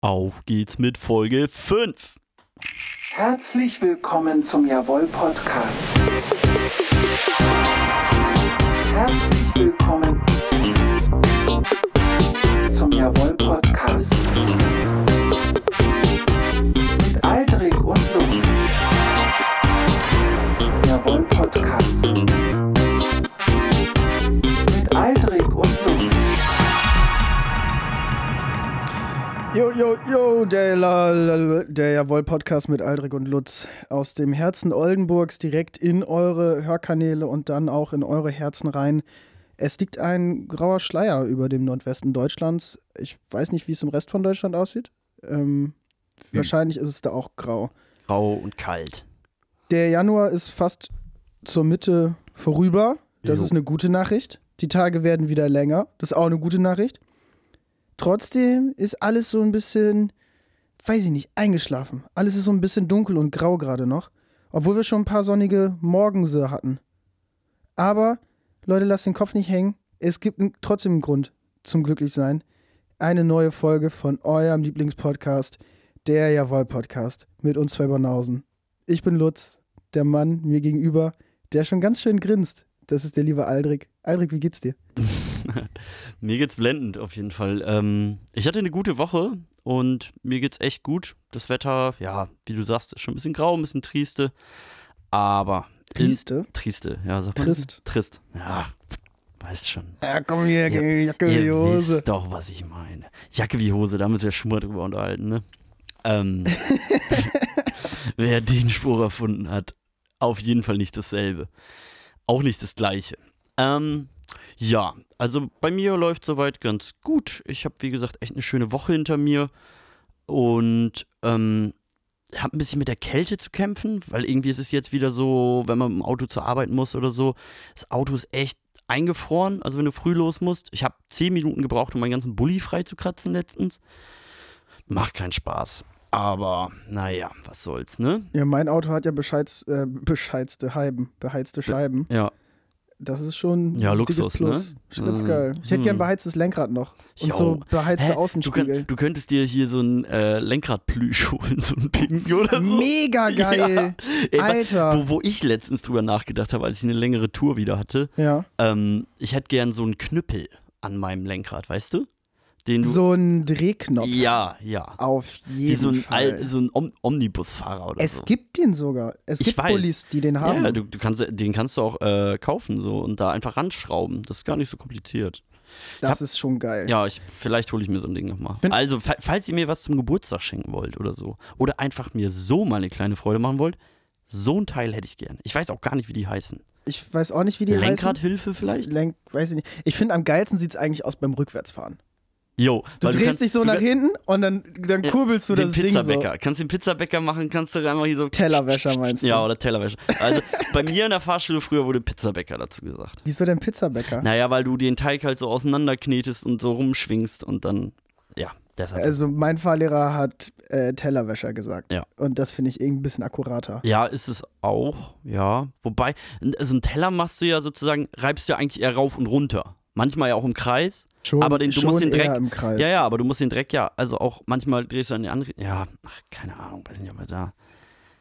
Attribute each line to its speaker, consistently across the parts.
Speaker 1: Auf geht's mit Folge 5.
Speaker 2: Herzlich willkommen zum Jawohl Podcast. Herzlich willkommen zum Jawohl Podcast. Mit Aldrich und Lutz. Jawohl Podcast. Mit Aldrich und Lutz.
Speaker 3: Jo, jo, jo, der, La- La- La- der Jawohl-Podcast mit Aldrich und Lutz aus dem Herzen Oldenburgs direkt in eure Hörkanäle und dann auch in eure Herzen rein. Es liegt ein grauer Schleier über dem Nordwesten Deutschlands. Ich weiß nicht, wie es im Rest von Deutschland aussieht. Ähm, Wahrscheinlich ist es da auch grau.
Speaker 1: Grau und kalt.
Speaker 3: Der Januar ist fast zur Mitte vorüber. Das
Speaker 1: Jo.
Speaker 3: ist eine gute Nachricht. Die Tage werden wieder länger. Das ist auch eine gute Nachricht. Trotzdem ist alles so ein bisschen, weiß ich nicht, eingeschlafen. Alles ist so ein bisschen dunkel und grau gerade noch. Obwohl wir schon ein paar sonnige Morgense hatten. Aber, Leute, lasst den Kopf nicht hängen. Es gibt n- trotzdem einen Grund zum Glücklichsein. Eine neue Folge von eurem Lieblingspodcast, der Jawoll-Podcast, mit uns zwei Banausen. Ich bin Lutz, der Mann mir gegenüber, der schon ganz schön grinst. Das ist der liebe Aldrich. Aldrich, wie geht's dir?
Speaker 1: Mir geht's blendend auf jeden Fall. Ähm, ich hatte eine gute Woche und mir geht's echt gut. Das Wetter, ja, wie du sagst, ist schon ein bisschen grau, ein bisschen trieste. Aber. in-
Speaker 3: Triste?
Speaker 1: Triste, ja, sag mal.
Speaker 3: Trist.
Speaker 1: Trist. Ja, weißt schon.
Speaker 3: Ja, komm hier,
Speaker 1: Ja,
Speaker 3: Jacke,
Speaker 1: Ihr wisst doch, was ich meine. Jacke wie Hose, da haben wir uns ja schon mal drüber unterhalten, ne? Ähm, wer den Spruch erfunden hat, auf jeden Fall nicht dasselbe. Auch nicht das gleiche. Ähm, ja, also bei mir läuft soweit ganz gut. Ich habe, wie gesagt, echt eine schöne Woche hinter mir und ähm, habe ein bisschen mit der Kälte zu kämpfen, weil irgendwie ist es jetzt wieder so, wenn man im Auto zur Arbeit muss oder so, das Auto ist echt eingefroren, also wenn du früh los musst. Ich habe 10 Minuten gebraucht, um meinen ganzen Bulli freizukratzen letztens. Macht keinen Spaß. Aber naja, was soll's, ne?
Speaker 3: Ja, mein Auto hat ja bescheiz, äh, bescheizte Heiben, beheizte Scheiben.
Speaker 1: Ja,
Speaker 3: Das ist schon
Speaker 1: Ja,
Speaker 3: ein
Speaker 1: Luxus,
Speaker 3: dickes Plus.
Speaker 1: ne?
Speaker 3: Schon ganz
Speaker 1: Mhm.
Speaker 3: geil. Ich hätte gern
Speaker 1: Hm.
Speaker 3: beheiztes Lenkrad noch. Und
Speaker 1: Ich
Speaker 3: so
Speaker 1: auch.
Speaker 3: beheizte
Speaker 1: Hä? Du,
Speaker 3: Außenspiegel.
Speaker 1: kann, du könntest dir hier so ein äh, Lenkradplüsch holen, so ein Pinken oder so.
Speaker 3: Mega geil.
Speaker 1: Ey, wa-
Speaker 3: Alter.
Speaker 1: Wo, wo ich letztens drüber nachgedacht habe, als ich eine längere Tour wieder hatte,
Speaker 3: Ja.
Speaker 1: ähm, ich hätte gern so einen Knüppel an meinem Lenkrad, weißt du? Den du.
Speaker 3: So ein Drehknopf.
Speaker 1: ja, ja.
Speaker 3: Auf jeden
Speaker 1: Wie so ein,
Speaker 3: Fall.
Speaker 1: Al so ein Om Omnibusfahrer oder
Speaker 3: es
Speaker 1: so.
Speaker 3: gibt den sogar. Es
Speaker 1: Ich
Speaker 3: gibt
Speaker 1: weiß.
Speaker 3: Bullis, die den haben.
Speaker 1: Ja, du, du kannst, den kannst du auch äh, kaufen so und da einfach ranschrauben. Das ist gar nicht so kompliziert.
Speaker 3: das ist schon geil.
Speaker 1: Ja, ich, vielleicht hole ich mir so ein Ding nochmal.
Speaker 3: Bin-
Speaker 1: Also, fa falls ihr mir was zum Geburtstag schenken wollt oder so, oder einfach mir so mal eine kleine Freude machen wollt, so ein Teil hätte ich gern. Ich weiß auch gar nicht, wie die heißen.
Speaker 3: Ich weiß auch nicht, wie die
Speaker 1: Lenkradhilfe
Speaker 3: heißen.
Speaker 1: vielleicht?
Speaker 3: Lenk, weiß ich nicht. Ich finde, am geilsten sieht es eigentlich aus beim Rückwärtsfahren.
Speaker 1: Jo,
Speaker 3: Du
Speaker 1: weil
Speaker 3: drehst
Speaker 1: kannst-
Speaker 3: dich so
Speaker 1: du
Speaker 3: nach
Speaker 1: kannst-
Speaker 3: hinten und dann, dann
Speaker 1: Ja,
Speaker 3: kurbelst du
Speaker 1: den
Speaker 3: das Ding so.
Speaker 1: Pizzabäcker. Kannst den Pizzabäcker machen, kannst du einmal hier so.
Speaker 3: Tellerwäscher meinst du?
Speaker 1: Ja, oder Tellerwäsche. Also bei mir in der Fahrschule früher wurde Pizzabäcker dazu gesagt.
Speaker 3: Wieso denn Pizzabäcker?
Speaker 1: Naja, weil du den Teig halt so auseinanderknetest und so rumschwingst und dann. Ja, deshalb.
Speaker 3: Also mein Fahrlehrer hat äh, Tellerwäscher gesagt.
Speaker 1: Ja.
Speaker 3: Und das finde ich irgendwie ein bisschen akkurater.
Speaker 1: Ja, ist es auch, ja. Wobei, n- so einen Teller machst du ja sozusagen, reibst du ja eigentlich eher rauf und runter. Manchmal ja auch im Kreis.
Speaker 3: Schon,
Speaker 1: aber den, du
Speaker 3: schon
Speaker 1: musst den Dreck.
Speaker 3: eher im Kreis.
Speaker 1: Ja, ja, aber du musst den Dreck ja, also auch manchmal drehst du an die andere. Ja, ach, keine Ahnung, weiß nicht, ob er da.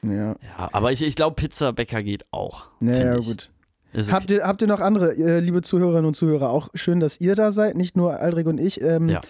Speaker 3: ja.
Speaker 1: Ja, aber ich, ich glaube, Pizzabäcker geht auch.
Speaker 3: Naja,
Speaker 1: find ich. Also
Speaker 3: gut.
Speaker 1: Ist okay.
Speaker 3: Habt, ihr, habt ihr noch andere, äh, liebe Zuhörerinnen und Zuhörer? Auch schön, dass ihr da seid, nicht nur Aldrich und ich. Ähm,
Speaker 1: Ja.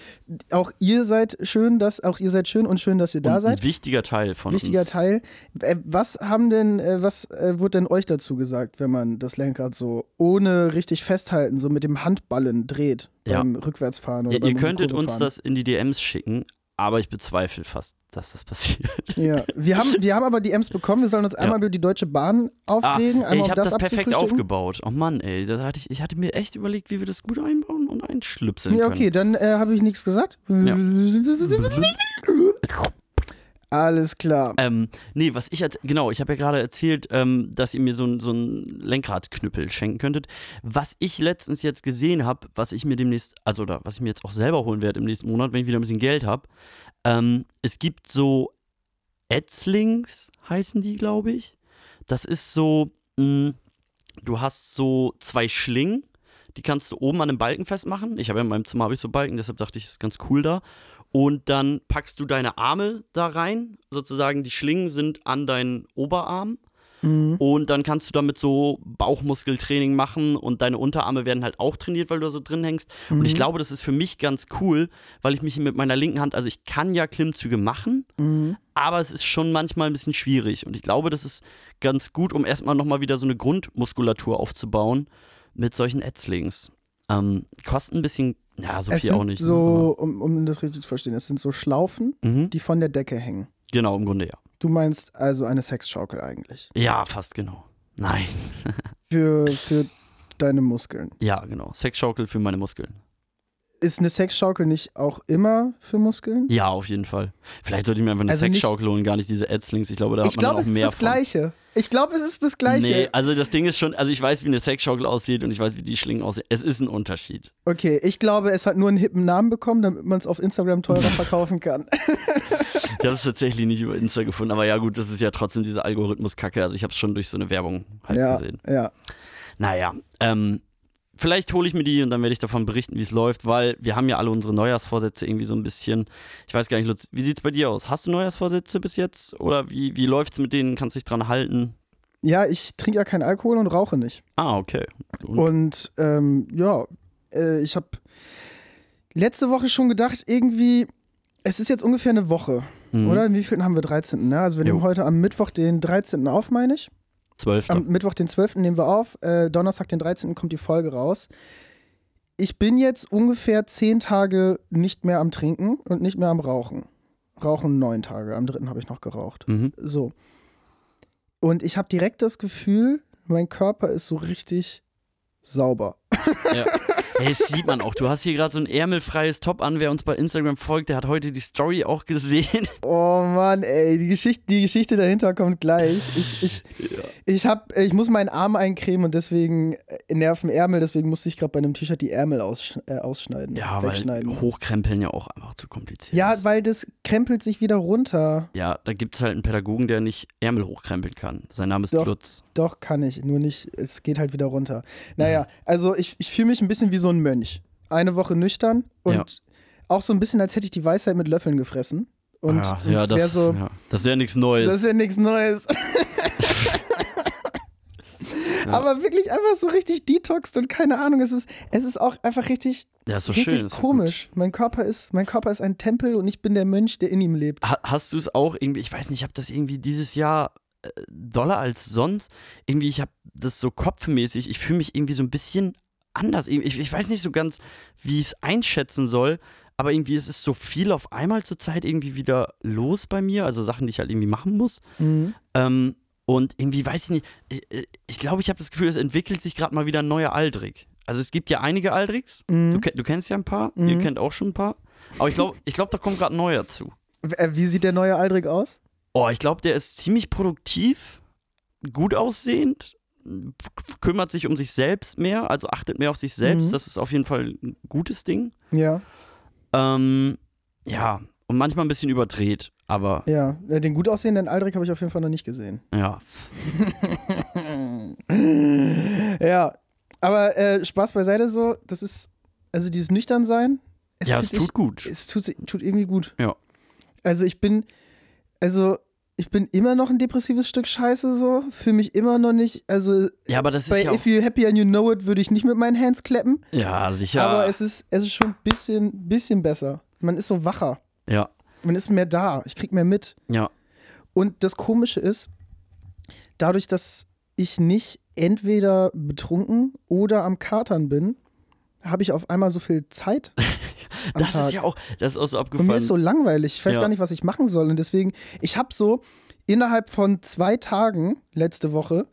Speaker 3: Auch ihr seid schön, dass auch ihr seid schön und schön, dass ihr da
Speaker 1: Und
Speaker 3: seid.
Speaker 1: Ein wichtiger Teil von
Speaker 3: Wichtiger
Speaker 1: uns.
Speaker 3: Teil. Äh, Was haben denn, äh, was äh, wurde denn euch dazu gesagt, wenn man das Lenkrad so ohne richtig festhalten, so mit dem Handballen dreht
Speaker 1: Ja.
Speaker 3: beim Rückwärtsfahren oder
Speaker 1: Ja,
Speaker 3: beim
Speaker 1: ihr
Speaker 3: um die
Speaker 1: könntet
Speaker 3: Kurve
Speaker 1: uns
Speaker 3: fahren?
Speaker 1: das in die DMs schicken, aber ich bezweifle fast, dass das passiert.
Speaker 3: Ja, wir haben, wir haben aber die Ems bekommen. Wir sollen uns einmal über die Deutsche Bahn
Speaker 1: Ah,
Speaker 3: aufregen,
Speaker 1: ey,
Speaker 3: einmal
Speaker 1: ich
Speaker 3: um
Speaker 1: habe
Speaker 3: das,
Speaker 1: das, perfekt
Speaker 3: abzufrühstücken.
Speaker 1: aufgebaut. Oh Mann, ey, das hatte ich, ich hatte mir echt überlegt, wie wir das gut einbauen und einschlüpseln
Speaker 3: Ja,
Speaker 1: können.
Speaker 3: okay, dann äh, habe ich nichts gesagt.
Speaker 1: Ja.
Speaker 3: Alles klar.
Speaker 1: Ähm, nee, was ich als, genau, ich habe ja gerade erzählt, ähm, dass ihr mir so ein, so ein Lenkradknüppel schenken könntet. Was ich letztens jetzt gesehen habe, was ich mir demnächst, also oder was ich mir jetzt auch selber holen werde im nächsten Monat, wenn ich wieder ein bisschen Geld habe, ähm, es gibt so Etzlings, heißen die, glaube ich. Das ist so, mh, du hast so zwei Schlingen, die kannst du oben an einem Balken festmachen. Ich habe ja in meinem Zimmer habe ich so Balken, deshalb dachte ich, ist ganz cool da. Und dann packst du deine Arme da rein, sozusagen die Schlingen sind an deinen Oberarm.
Speaker 3: Mhm.
Speaker 1: Und dann kannst du damit so Bauchmuskeltraining machen und deine Unterarme werden halt auch trainiert, weil du da so drin hängst. Und ich
Speaker 3: Mhm.
Speaker 1: glaube, das ist für mich ganz cool, weil ich mich mit meiner linken Hand, also ich kann ja Klimmzüge machen,
Speaker 3: Mhm.
Speaker 1: aber es ist schon manchmal ein bisschen schwierig. Und ich glaube, das ist ganz gut, um erstmal nochmal wieder so eine Grundmuskulatur aufzubauen mit solchen Ätzlings. Ähm, kostet ein bisschen, ja, so
Speaker 3: es
Speaker 1: viel
Speaker 3: sind
Speaker 1: auch nicht. ne,
Speaker 3: so, um, um das richtig zu verstehen, es sind so Schlaufen,
Speaker 1: aber- Mhm.
Speaker 3: die von der Decke hängen.
Speaker 1: Genau, im Grunde ja.
Speaker 3: Du meinst also eine Sexschaukel eigentlich.
Speaker 1: Ja, fast genau. Nein.
Speaker 3: Für, für deine Muskeln.
Speaker 1: Ja, genau. Sexschaukel für meine Muskeln.
Speaker 3: Ist eine Sexschaukel nicht auch immer für Muskeln?
Speaker 1: Ja, auf jeden Fall. Vielleicht sollte ich mir einfach eine
Speaker 3: Also nicht-
Speaker 1: Sexschaukel holen, gar nicht diese Ätzlings. Ich glaube, da hat
Speaker 3: ich
Speaker 1: man dann
Speaker 3: glaube,
Speaker 1: auch
Speaker 3: es ist
Speaker 1: mehr
Speaker 3: das
Speaker 1: von.
Speaker 3: Gleiche. Ich glaube, es ist das Gleiche.
Speaker 1: Nee, also das Ding ist schon, also ich weiß, wie eine Sexschaukel aussieht und ich weiß, wie die Schlingen aussehen. Es ist ein Unterschied.
Speaker 3: Okay, ich glaube, es hat nur einen hippen Namen bekommen, damit man es auf Instagram teurer verkaufen kann.
Speaker 1: Ich habe es tatsächlich nicht über Insta gefunden, aber ja gut, das ist ja trotzdem diese Algorithmus-Kacke. Also ich habe es schon durch so eine Werbung halt
Speaker 3: ja,
Speaker 1: gesehen.
Speaker 3: ja.
Speaker 1: Naja, ähm, vielleicht hole ich mir die und dann werde ich davon berichten, wie es läuft, weil wir haben ja alle unsere Neujahrsvorsätze irgendwie so ein bisschen. Ich weiß gar nicht, Lutz, wie sieht es bei dir aus? Hast du Neujahrsvorsätze bis jetzt? Oder wie, wie läuft es mit denen? Kannst du dich dran halten?
Speaker 3: Ja, ich trinke ja keinen Alkohol und rauche nicht.
Speaker 1: Ah, okay. Und?
Speaker 3: Und ähm, ja, äh, ich habe letzte Woche schon gedacht, irgendwie, es ist jetzt ungefähr eine Woche,
Speaker 1: Mhm.
Speaker 3: oder? Wie viel haben wir? 13. Ne? Also wir
Speaker 1: Jo.
Speaker 3: nehmen heute am Mittwoch den 13. auf, meine ich.
Speaker 1: Zwölfter.
Speaker 3: Am Mittwoch den 12. nehmen wir auf. Äh, Donnerstag den 13. kommt die Folge raus. Ich bin jetzt ungefähr 10 Tage nicht mehr am Trinken und nicht mehr am Rauchen. Rauchen neun Tage. Am dritten habe ich noch geraucht.
Speaker 1: Mhm.
Speaker 3: So. Und ich habe direkt das Gefühl, mein Körper ist so richtig sauber.
Speaker 1: Ja. Hey, das sieht man auch. Du hast hier gerade so ein ärmelfreies Top an. Wer uns bei Instagram folgt, der hat heute die Story auch gesehen.
Speaker 3: Oh Mann, ey, die Geschichte, die Geschichte dahinter kommt gleich. Ich, ich, ich, hab, ich muss meinen Arm eincremen und deswegen äh, nerven Ärmel, deswegen musste ich gerade bei einem T-Shirt die Ärmel aussch äh, ausschneiden,
Speaker 1: Ja, weil
Speaker 3: wegschneiden.
Speaker 1: Hochkrempeln ja auch einfach zu kompliziert
Speaker 3: ja,
Speaker 1: ist.
Speaker 3: weil das krempelt sich wieder runter.
Speaker 1: Ja, da gibt es halt einen Pädagogen, der nicht Ärmel hochkrempeln kann. Sein Name ist
Speaker 3: Doch.
Speaker 1: Lutz.
Speaker 3: Doch, kann ich, nur nicht, es geht halt wieder runter. Naja, also ich, ich fühle mich ein bisschen wie so ein Mönch. Eine Woche nüchtern und
Speaker 1: Ja.
Speaker 3: auch so ein bisschen, als hätte ich die Weisheit mit Löffeln gefressen. Und
Speaker 1: Ah, ja, ja,
Speaker 3: und wär
Speaker 1: das,
Speaker 3: so,
Speaker 1: ja, das wäre nichts Neues.
Speaker 3: das ist ja nichts Neues. Aber wirklich einfach so richtig detoxed und keine Ahnung, es ist, es ist auch einfach richtig,
Speaker 1: ja, ist so
Speaker 3: richtig
Speaker 1: schön. ist so
Speaker 3: komisch. Mein Körper, ist, mein Körper ist ein Tempel und ich bin der Mönch, der in ihm lebt.
Speaker 1: gut. Ha hast du es auch irgendwie, ich weiß nicht, ich habe das irgendwie dieses Jahr äh, doller als sonst. Irgendwie, ich habe das so kopfmäßig, ich fühle mich irgendwie so ein bisschen anders. Ich, ich weiß nicht so ganz, wie ich es einschätzen soll. Aber irgendwie ist es so viel auf einmal zurzeit irgendwie wieder los bei mir. Also Sachen, die ich halt irgendwie machen muss.
Speaker 3: Mhm.
Speaker 1: Ähm, und irgendwie weiß ich nicht, ich- ich glaube, ich habe das Gefühl, es entwickelt sich gerade mal wieder ein neuer Aldrich. Also es gibt ja einige Aldrichs.
Speaker 3: Mhm.
Speaker 1: Du, ke- du kennst ja ein paar,
Speaker 3: Mhm.
Speaker 1: ihr kennt auch schon ein paar. Aber ich glaube, ich glaub, da kommt gerade ein neuer zu.
Speaker 3: W- äh, Wie sieht der neue Aldrich aus?
Speaker 1: Oh, ich glaube, der ist ziemlich produktiv, gut aussehend, k- kümmert sich um sich selbst mehr, also achtet mehr auf sich selbst.
Speaker 3: Mhm.
Speaker 1: Das ist auf jeden Fall ein gutes Ding.
Speaker 3: Ja,
Speaker 1: Ähm, ja, und manchmal ein bisschen überdreht, aber
Speaker 3: ja. Äh, Den gut aussehenden Aldrich habe ich auf jeden Fall noch nicht gesehen.
Speaker 1: ja.
Speaker 3: Mhm. ja, aber äh, Spaß beiseite so, das ist, also dieses Nüchternsein, es,
Speaker 1: ja,
Speaker 3: fühlt
Speaker 1: es tut
Speaker 3: sich,
Speaker 1: gut.
Speaker 3: es tut, si- tut irgendwie gut.
Speaker 1: Ja.
Speaker 3: Also ich bin, also ich bin immer noch ein depressives Stück Scheiße so, fühle mich immer noch nicht, also
Speaker 1: Ja, aber das
Speaker 3: bei
Speaker 1: ist ja auch,
Speaker 3: If You Happy and You Know It würde ich nicht mit meinen Hands klappen,
Speaker 1: Ja, sicher.
Speaker 3: aber es ist, es ist schon ein bisschen, bisschen besser. Man ist so wacher,
Speaker 1: ja,
Speaker 3: man ist mehr da, ich krieg mehr mit.
Speaker 1: ja.
Speaker 3: Und das Komische ist, dadurch, dass ich nicht entweder betrunken oder am Katern bin, habe ich auf einmal so viel Zeit. am
Speaker 1: Das
Speaker 3: Tag.
Speaker 1: ist ja auch, das ist auch so
Speaker 3: Und
Speaker 1: abgefallen.
Speaker 3: mir ist so langweilig. Ich weiß
Speaker 1: Ja.
Speaker 3: gar nicht, was ich machen soll. Und deswegen, ich habe so innerhalb von zwei Tagen letzte Woche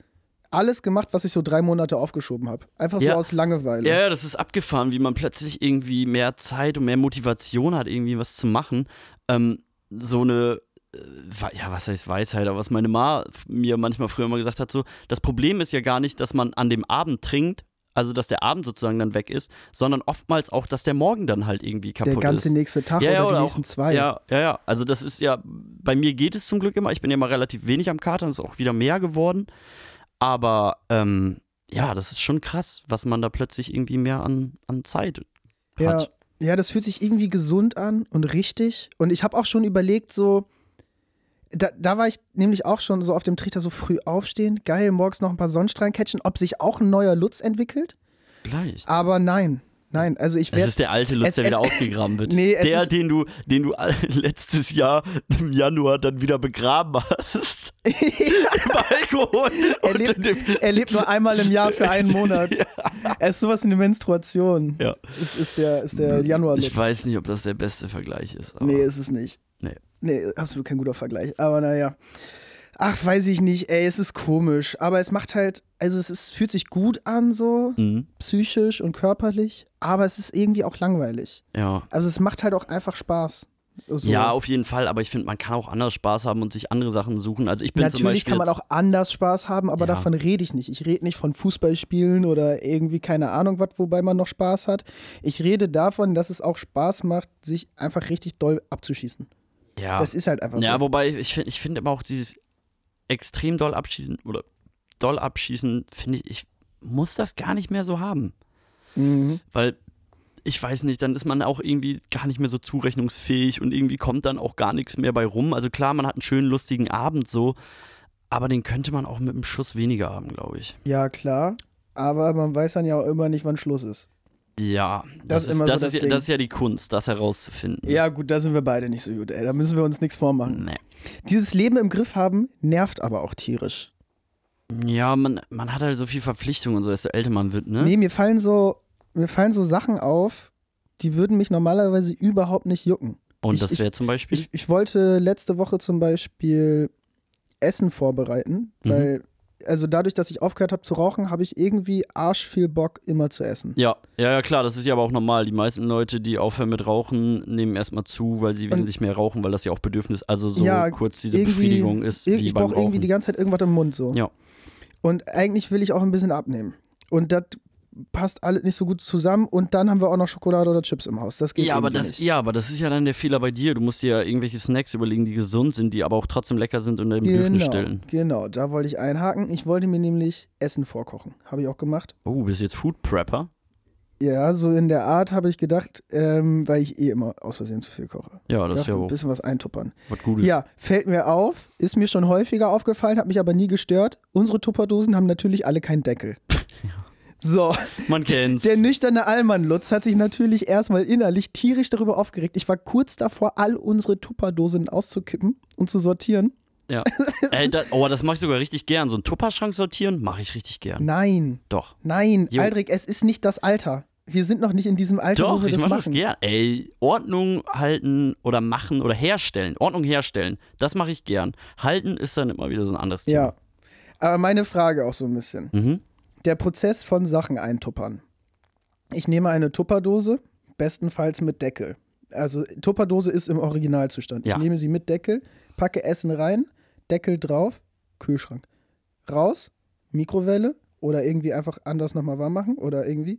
Speaker 3: alles gemacht, was ich so drei Monate aufgeschoben habe. Einfach so
Speaker 1: Ja.
Speaker 3: aus Langeweile.
Speaker 1: ja, ja, das ist abgefahren, wie man plötzlich irgendwie mehr Zeit und mehr Motivation hat, irgendwie was zu machen. Ähm, so eine, äh, wa- ja, was heißt Weisheit, aber was meine Ma f- mir manchmal früher mal gesagt hat, so, das Problem ist ja gar nicht, dass man an dem Abend trinkt, also dass der Abend sozusagen dann weg ist, sondern oftmals auch, dass der Morgen dann halt irgendwie kaputt
Speaker 3: Der ganze
Speaker 1: ist.
Speaker 3: nächste Tag oder, die nächsten zwei.
Speaker 1: Ja, ja, ja. Also das ist ja, bei mir geht es zum Glück immer. Ich bin ja mal relativ wenig am Katern, ist auch wieder mehr geworden. Aber ähm, ja, das ist schon krass, was man da plötzlich irgendwie mehr an, an Zeit
Speaker 3: Ja,
Speaker 1: hat.
Speaker 3: Ja, das fühlt sich irgendwie gesund an und richtig. Und ich habe auch schon überlegt, so, da, da war ich nämlich auch schon so auf dem Trichter, so früh aufstehen, geil, morgens noch ein paar Sonnenstrahlen catchen, ob sich auch ein neuer Lutz entwickelt.
Speaker 1: Vielleicht.
Speaker 3: Aber nein, nein, also ich
Speaker 1: Das
Speaker 3: werde.
Speaker 1: ist der alte Lutz,
Speaker 3: Ah, es-
Speaker 1: der wieder
Speaker 3: es-
Speaker 1: ausgegraben wird.
Speaker 3: Nee, es
Speaker 1: der,
Speaker 3: ist-
Speaker 1: den du, den du all- letztes Jahr im Januar dann wieder begraben hast. Im Alkohol.
Speaker 3: Er
Speaker 1: und in
Speaker 3: lebt,
Speaker 1: dem,
Speaker 3: er lebt nur einmal im Jahr für einen Monat. Er ist sowas wie eine Menstruation.
Speaker 1: Ja.
Speaker 3: Es ist der, ist der Januar-Lutz.
Speaker 1: ich weiß nicht, ob das der beste Vergleich ist. Aber
Speaker 3: Nee, ist es nicht.
Speaker 1: Nee.
Speaker 3: Nee, absolut kein guter Vergleich. Aber naja. Ach, weiß ich nicht, ey, es ist komisch. Aber es macht halt, also es ist, fühlt sich gut an, so
Speaker 1: Mhm.
Speaker 3: psychisch und körperlich, aber es ist irgendwie auch langweilig.
Speaker 1: Ja.
Speaker 3: Also es macht halt auch einfach Spaß. So.
Speaker 1: Ja, auf jeden Fall, aber ich finde, man kann auch anders Spaß haben und sich andere Sachen suchen. Also ich bin zum
Speaker 3: Natürlich
Speaker 1: Beispiel
Speaker 3: kann man
Speaker 1: jetzt,
Speaker 3: auch anders Spaß haben, aber
Speaker 1: Ja.
Speaker 3: davon rede ich nicht. Ich rede nicht von Fußballspielen oder irgendwie keine Ahnung was, wobei man noch Spaß hat. Ich rede davon, dass es auch Spaß macht, sich einfach richtig doll abzuschießen.
Speaker 1: ja.
Speaker 3: Das ist halt einfach so.
Speaker 1: Ah. Ja, wobei ich finde ich find immer auch dieses extrem doll abschießen oder doll abschießen, finde ich, ich muss das gar nicht mehr so haben.
Speaker 3: Mhm.
Speaker 1: Weil ich weiß nicht, dann ist man auch irgendwie gar nicht mehr so zurechnungsfähig und irgendwie kommt dann auch gar nichts mehr bei rum. Also klar, man hat einen schönen, lustigen Abend so, aber den könnte man auch mit einem Schuss weniger haben, glaube ich.
Speaker 3: Ja, klar. Aber man weiß dann ja auch immer nicht, wann Schluss ist.
Speaker 1: Ja,
Speaker 3: Das ist immer so
Speaker 1: das,
Speaker 3: das
Speaker 1: ist, ja-
Speaker 3: Ding.
Speaker 1: das ist ja die Kunst, das herauszufinden.
Speaker 3: Ja, gut, da sind wir beide nicht so gut, ey. Da müssen wir uns nichts vormachen.
Speaker 1: Nee.
Speaker 3: Dieses Leben im Griff haben nervt aber auch tierisch.
Speaker 1: Ja, man, man hat halt so viel Verpflichtungen und so, desto älter man wird, ne?
Speaker 3: Nee, mir fallen so, mir fallen so Sachen auf, die würden mich normalerweise überhaupt nicht jucken.
Speaker 1: und
Speaker 3: ich-
Speaker 1: das
Speaker 3: ich-
Speaker 1: wäre zum Beispiel.
Speaker 3: Ich, ich wollte letzte Woche zum Beispiel Essen vorbereiten,
Speaker 1: Mhm.
Speaker 3: weil, also dadurch, dass ich aufgehört habe zu rauchen, habe ich irgendwie arsch viel Bock, immer zu essen.
Speaker 1: Ja, ja, ja, klar, das ist ja aber auch normal. Die meisten Leute, die aufhören mit Rauchen, nehmen erstmal zu, weil sie wesentlich mehr rauchen, weil das ja auch Bedürfnis, also so
Speaker 3: Ja,
Speaker 1: kurz diese
Speaker 3: irgendwie-
Speaker 1: Befriedigung ist,
Speaker 3: Ir-
Speaker 1: wie
Speaker 3: ich
Speaker 1: beim
Speaker 3: brauche irgendwie
Speaker 1: Rauchen.
Speaker 3: die ganze Zeit irgendwas im Mund so.
Speaker 1: Ja.
Speaker 3: Und eigentlich will ich auch ein bisschen abnehmen. Und das passt alles nicht so gut zusammen. Und dann haben wir auch noch Schokolade oder Chips im Haus. Das geht
Speaker 1: ja, aber
Speaker 3: irgendwie
Speaker 1: das,
Speaker 3: nicht.
Speaker 1: ja, aber das ist ja dann der Fehler bei dir. Du musst dir ja irgendwelche Snacks überlegen, die gesund sind, die aber auch trotzdem lecker sind und dein Bedürfnis stillen.
Speaker 3: genau, da wollte ich einhaken. Ich wollte mir nämlich Essen vorkochen. Habe ich auch gemacht.
Speaker 1: Oh, bist jetzt Food Prepper?
Speaker 3: Ja, so in der Art habe ich gedacht, ähm, weil ich eh immer aus Versehen zu viel koche.
Speaker 1: Ja, das ist
Speaker 3: dachte,
Speaker 1: ja
Speaker 3: ein
Speaker 1: auch
Speaker 3: bisschen was eintuppern.
Speaker 1: was Gutes.
Speaker 3: Ja, fällt mir auf, ist mir schon häufiger aufgefallen, hat mich aber nie gestört. Unsere Tupperdosen haben natürlich alle keinen Deckel. So,
Speaker 1: Man kennt's.
Speaker 3: Der nüchterne Allmann Lutz hat sich natürlich erstmal innerlich tierisch darüber aufgeregt. Ich war kurz davor, all unsere Tupperdosen auszukippen und zu sortieren.
Speaker 1: ja. Ey, da, oh, das mache ich sogar richtig gern. So einen Tupperschrank sortieren, mache ich richtig gern.
Speaker 3: Nein,
Speaker 1: Doch.
Speaker 3: nein,
Speaker 1: Jo.
Speaker 3: Aldrich, es ist nicht das Alter. Wir sind noch nicht in diesem Alter,
Speaker 1: Doch,
Speaker 3: wo wir
Speaker 1: ich
Speaker 3: das
Speaker 1: mache das
Speaker 3: machen.
Speaker 1: gern. Ey, Ordnung halten oder machen oder herstellen. Ordnung herstellen, das mache ich gern. Halten ist dann immer wieder so ein anderes Thema.
Speaker 3: ja. Aber meine Frage auch so ein bisschen.
Speaker 1: Mhm.
Speaker 3: Der Prozess von Sachen eintuppern. Ich nehme eine Tupperdose, bestenfalls mit Deckel. Also Tupperdose ist im Originalzustand.
Speaker 1: Ja.
Speaker 3: Ich nehme sie mit Deckel, packe Essen rein, Deckel drauf, Kühlschrank. Raus, Mikrowelle oder irgendwie einfach anders nochmal warm machen oder irgendwie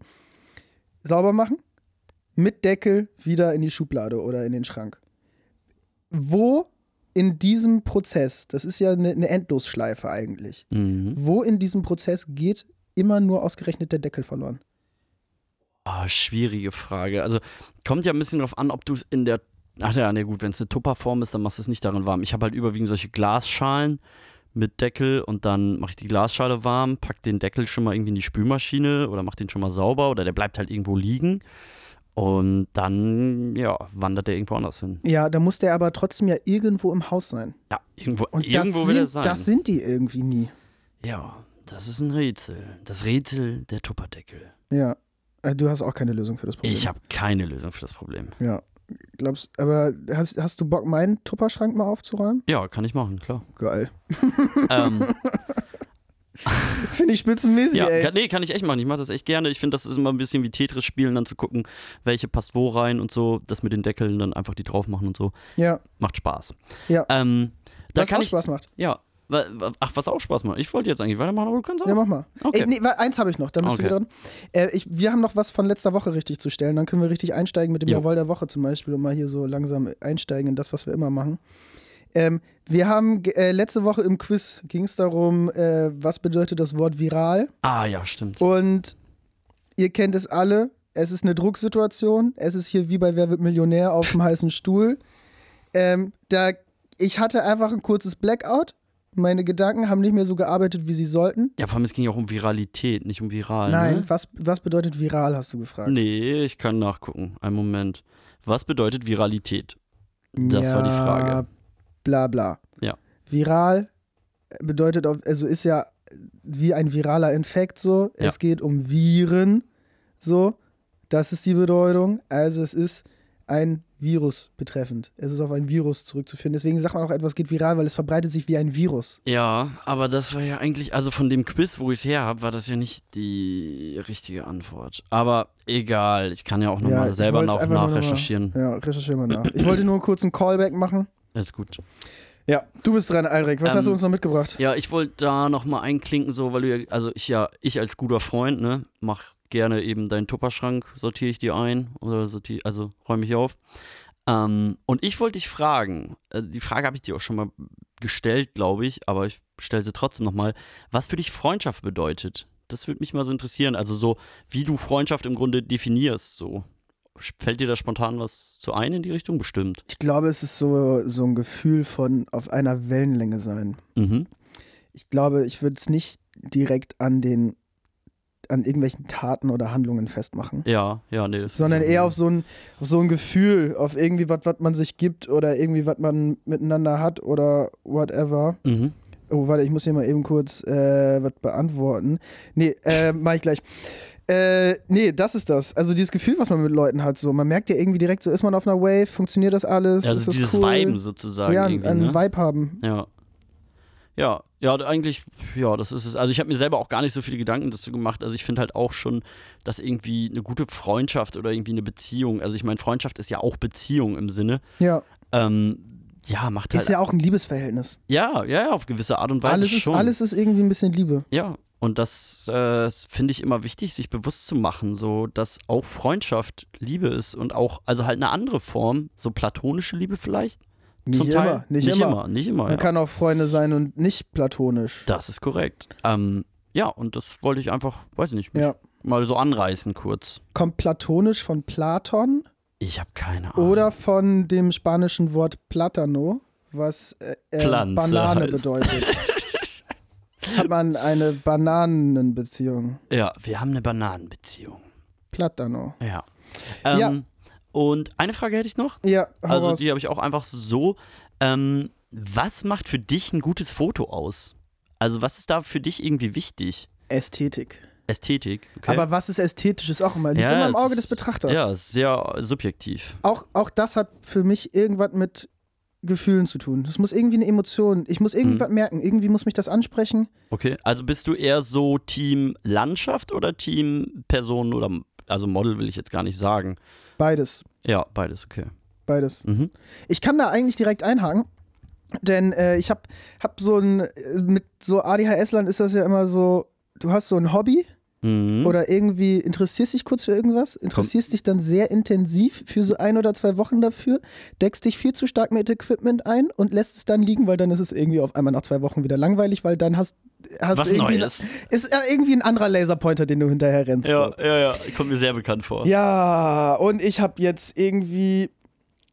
Speaker 3: sauber machen, mit Deckel wieder in die Schublade oder in den Schrank. Wo in diesem Prozess, das ist ja eine, eine Endlosschleife eigentlich,
Speaker 1: Mhm.
Speaker 3: wo in diesem Prozess geht immer nur ausgerechnet der Deckel verloren?
Speaker 1: Ah, schwierige Frage. Also kommt ja ein bisschen drauf an, ob du es in der. Ach ja, ne, gut, wenn es eine Tupperform ist, dann machst du es nicht darin warm. Ich habe halt überwiegend solche Glasschalen mit Deckel und dann mache ich die Glasschale warm, pack den Deckel schon mal irgendwie in die Spülmaschine oder mach den schon mal sauber oder der bleibt halt irgendwo liegen. Und dann, ja, wandert der irgendwo anders hin.
Speaker 3: Ja, da muss der aber trotzdem ja irgendwo im Haus sein.
Speaker 1: Ja, irgendwo,
Speaker 3: Und
Speaker 1: irgendwo
Speaker 3: das,
Speaker 1: will
Speaker 3: sind,
Speaker 1: er sein.
Speaker 3: das sind die irgendwie nie.
Speaker 1: ja, das ist ein Rätsel. Das Rätsel der Tupperdeckel.
Speaker 3: Ja. Äh, Du hast auch keine Lösung für das Problem.
Speaker 1: Ich habe keine Lösung für das Problem.
Speaker 3: Ja. Glaubst, aber hast, hast du Bock, meinen Tupperschrank mal aufzuräumen?
Speaker 1: Ja, kann ich machen, klar.
Speaker 3: Geil.
Speaker 1: ähm,
Speaker 3: Finde ich spitzenmäßig,
Speaker 1: ja,
Speaker 3: ey.
Speaker 1: kann, nee, kann ich echt machen. Ich mache das echt gerne. Ich finde, das ist immer ein bisschen wie Tetris spielen, dann zu gucken, welche passt wo rein und so. Das mit den Deckeln, dann einfach die drauf machen und so.
Speaker 3: Ja,
Speaker 1: Macht Spaß.
Speaker 3: Ja.
Speaker 1: Ähm, da
Speaker 3: was
Speaker 1: kann
Speaker 3: auch
Speaker 1: ich,
Speaker 3: Spaß macht.
Speaker 1: Ja. wa- wa- Ach, was auch Spaß macht. Ich wollte jetzt eigentlich weitermachen, aber du kannst auch.
Speaker 3: Ja, mach mal.
Speaker 1: Okay.
Speaker 3: Ey, nee, wa- eins habe ich noch, dann bist du
Speaker 1: Okay.
Speaker 3: wieder dran. Äh, ich, wir haben noch was von letzter Woche richtig zu stellen, dann können wir richtig einsteigen mit dem
Speaker 1: Jo.
Speaker 3: Jawohl der Woche zum Beispiel und mal hier so langsam einsteigen in das, was wir immer machen. Ähm, wir haben ge- äh, letzte Woche im Quiz ging es darum, äh, was bedeutet das Wort viral
Speaker 1: Ah, ja, stimmt.
Speaker 3: und ihr kennt es alle, Es ist eine Drucksituation. Es ist hier wie bei Wer wird Millionär auf dem heißen Stuhl. Ähm, da, ich hatte einfach ein kurzes Blackout. Meine Gedanken haben nicht mehr so gearbeitet, wie sie sollten.
Speaker 1: Ja, vor allem es ging ja auch um Viralität, nicht um viral.
Speaker 3: Nein,
Speaker 1: Ne?
Speaker 3: was, was bedeutet viral, hast du gefragt?
Speaker 1: Nee, ich kann nachgucken. Einen Moment. Was bedeutet Viralität? Das war die Frage.
Speaker 3: Bla bla.
Speaker 1: Ja.
Speaker 3: Viral bedeutet, auf- also ist ja wie ein viraler Infekt so.
Speaker 1: Ja.
Speaker 3: Es geht um Viren. So, das ist die Bedeutung. Also es ist ein Virus betreffend. Es ist auf ein Virus zurückzuführen. Deswegen sagt man auch, etwas geht viral, weil es verbreitet sich wie ein Virus.
Speaker 1: Ja, aber das war ja eigentlich, also von dem Quiz, wo ich es her habe, war das ja nicht die richtige Antwort. Aber egal, ich kann ja auch
Speaker 3: Ja,
Speaker 1: nochmal
Speaker 3: ich
Speaker 1: selber
Speaker 3: wollt's
Speaker 1: nach,
Speaker 3: einfach nur noch mal-
Speaker 1: nachrecherchieren.
Speaker 3: Ja, recherchieren wir nach. Ich wollte nur kurz einen Callback machen.
Speaker 1: Ist gut.
Speaker 3: Ja, du bist dran, Alrik. Was
Speaker 1: Ähm,
Speaker 3: hast du uns noch mitgebracht?
Speaker 1: Ja, ich wollte da nochmal einklinken, so, weil du ja, also ich ja, ich als guter Freund, ne, mach gerne eben deinen Tupperschrank, sortiere ich dir ein oder sortiere, also räume ich auf. Ähm, und ich wollte dich fragen, äh, die Frage habe ich dir auch schon mal gestellt, glaube ich, aber ich stelle sie trotzdem nochmal, was für dich Freundschaft bedeutet. Das würde mich mal so interessieren. Also so, wie du Freundschaft im Grunde definierst, so. Fällt dir da spontan was zu ein in die Richtung? Bestimmt.
Speaker 3: Ich glaube, es ist so, so ein Gefühl von auf einer Wellenlänge sein.
Speaker 1: Mhm.
Speaker 3: Ich glaube, ich würde es nicht direkt an den an irgendwelchen Taten oder Handlungen festmachen,
Speaker 1: Ja, ja, nee. Das
Speaker 3: sondern eher auf so ein auf so ein Gefühl, auf irgendwie was, was man sich gibt oder irgendwie was man miteinander hat oder whatever.
Speaker 1: Mhm.
Speaker 3: Oh, warte, ich muss hier mal eben kurz äh, was beantworten. Nee, äh, mach ich gleich. Äh, nee, das ist das. Also dieses Gefühl, was man mit Leuten hat, so man merkt ja irgendwie direkt, so ist man auf einer Wave, funktioniert das alles? ist
Speaker 1: Also
Speaker 3: das
Speaker 1: dieses
Speaker 3: cool?
Speaker 1: Weiben sozusagen.
Speaker 3: ja, einen
Speaker 1: irgendwie,
Speaker 3: einen
Speaker 1: ne?
Speaker 3: Vibe haben.
Speaker 1: Ja. Ja, ja, da eigentlich, ja, das ist es. Also ich habe mir selber auch gar nicht so viele Gedanken dazu gemacht. Also ich finde halt auch schon, dass irgendwie eine gute Freundschaft oder irgendwie eine Beziehung, also ich meine, Freundschaft ist ja auch Beziehung im Sinne,
Speaker 3: Ja,
Speaker 1: ähm, ja, macht halt,
Speaker 3: ist ja auch ein Liebesverhältnis.
Speaker 1: ja, ja, ja, auf gewisse Art und Weise
Speaker 3: alles ist
Speaker 1: schon.
Speaker 3: alles ist irgendwie ein bisschen Liebe.
Speaker 1: Ja, und das äh, finde ich immer wichtig, sich bewusst zu machen, so dass auch Freundschaft Liebe ist und auch, also halt eine andere Form, so platonische Liebe vielleicht.
Speaker 3: Nicht
Speaker 1: zum
Speaker 3: immer,
Speaker 1: Teil.
Speaker 3: nicht
Speaker 1: nicht
Speaker 3: immer.
Speaker 1: nicht immer.
Speaker 3: Man
Speaker 1: Ja.
Speaker 3: kann auch Freunde sein und nicht platonisch.
Speaker 1: Das ist korrekt. Ähm, ja, und das wollte ich einfach, weiß nicht, mich
Speaker 3: Ja.
Speaker 1: mal so anreißen kurz.
Speaker 3: Kommt platonisch von Platon
Speaker 1: Ich habe keine Ahnung.
Speaker 3: oder von dem spanischen Wort platano, was äh, äh,
Speaker 1: Pflanze
Speaker 3: Banane
Speaker 1: heißt.
Speaker 3: bedeutet. Hat man eine Bananenbeziehung.
Speaker 1: Ja, wir haben eine Bananenbeziehung.
Speaker 3: Platano.
Speaker 1: Ja. Ähm,
Speaker 3: Ja.
Speaker 1: Und eine Frage hätte ich noch.
Speaker 3: Ja, hau
Speaker 1: Also
Speaker 3: raus.
Speaker 1: die habe ich auch einfach so. Ähm, was macht für dich ein gutes Foto aus? Also was ist da für dich irgendwie wichtig?
Speaker 3: Ästhetik.
Speaker 1: Ästhetik. Okay.
Speaker 3: Aber was ist ästhetisch, ist auch immer, liegt immer im
Speaker 1: es
Speaker 3: Auge des
Speaker 1: ist-
Speaker 3: Betrachters.
Speaker 1: Ja, es ist sehr subjektiv.
Speaker 3: auch, auch das hat für mich irgendwas mit Gefühlen zu tun. Es muss irgendwie eine Emotion, ich muss irgendwas
Speaker 1: Mhm.
Speaker 3: merken, irgendwie muss mich das ansprechen.
Speaker 1: Okay. Also bist du eher so Team Landschaft oder Team Person oder also Model will ich jetzt gar nicht sagen.
Speaker 3: Beides,
Speaker 1: Ja, beides, okay.
Speaker 3: beides.
Speaker 1: Mhm.
Speaker 3: Ich kann da eigentlich direkt einhaken, denn äh, ich habe hab so ein, äh, mit so ADHS-Lern ist das ja immer so, du hast so ein Hobby
Speaker 1: Mhm.
Speaker 3: oder irgendwie interessierst dich kurz für irgendwas, interessierst dich dann sehr intensiv für so ein oder zwei Wochen dafür, deckst dich viel zu stark mit Equipment ein und lässt es dann liegen, weil dann ist es irgendwie auf einmal nach zwei Wochen wieder langweilig, weil dann hast, hast
Speaker 1: Was
Speaker 3: du irgendwie,
Speaker 1: Neues.
Speaker 3: ist äh, irgendwie ein anderer Laserpointer, den du hinterher rennst. so.
Speaker 1: Ja, ja, ja, kommt mir sehr bekannt vor.
Speaker 3: Ja, und ich habe jetzt irgendwie,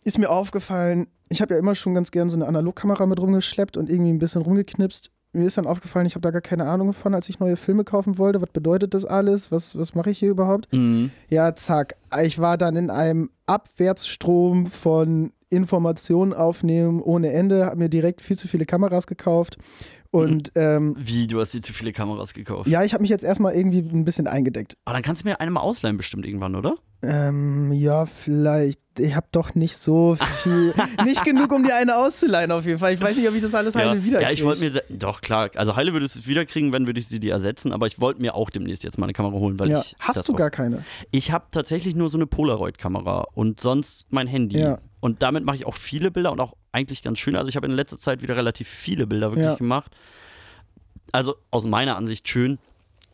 Speaker 3: ist mir aufgefallen, ich habe ja immer schon ganz gern so eine Analogkamera mit rumgeschleppt und irgendwie ein bisschen rumgeknipst. Mir ist dann aufgefallen, ich habe da gar keine Ahnung von, als ich neue Filme kaufen wollte. Was bedeutet das alles? Was, was mache ich hier überhaupt?
Speaker 1: Mhm.
Speaker 3: Ja, zack. Ich war dann in einem Abwärtsstrom von Informationen aufnehmen ohne Ende, habe mir direkt viel zu viele Kameras gekauft und ähm,
Speaker 1: Wie, du hast dir zu viele Kameras gekauft.
Speaker 3: ja, ich habe mich jetzt erstmal irgendwie ein bisschen eingedeckt.
Speaker 1: Aber dann kannst du mir eine mal ausleihen bestimmt irgendwann, oder?
Speaker 3: Ähm, ja, vielleicht. Ich habe doch nicht so viel. nicht genug, um dir eine auszuleihen, auf jeden Fall. Ich weiß nicht, ob ich das alles
Speaker 1: ja.
Speaker 3: heile wieder
Speaker 1: ja, ich wollte mir, se- doch klar, also Heile würdest du es wiederkriegen, wenn würde ich sie dir ersetzen, aber ich wollte mir auch demnächst jetzt mal eine Kamera holen, weil
Speaker 3: Ja.
Speaker 1: ich das
Speaker 3: Hast du
Speaker 1: auch-
Speaker 3: gar keine?
Speaker 1: Ich habe tatsächlich nur so eine Polaroid-Kamera und sonst mein Handy.
Speaker 3: Ja.
Speaker 1: Und damit mache ich auch viele Bilder und auch eigentlich ganz schöne. Also ich habe in letzter Zeit wieder relativ viele Bilder wirklich
Speaker 3: Ja.
Speaker 1: gemacht. Also aus meiner Ansicht schön.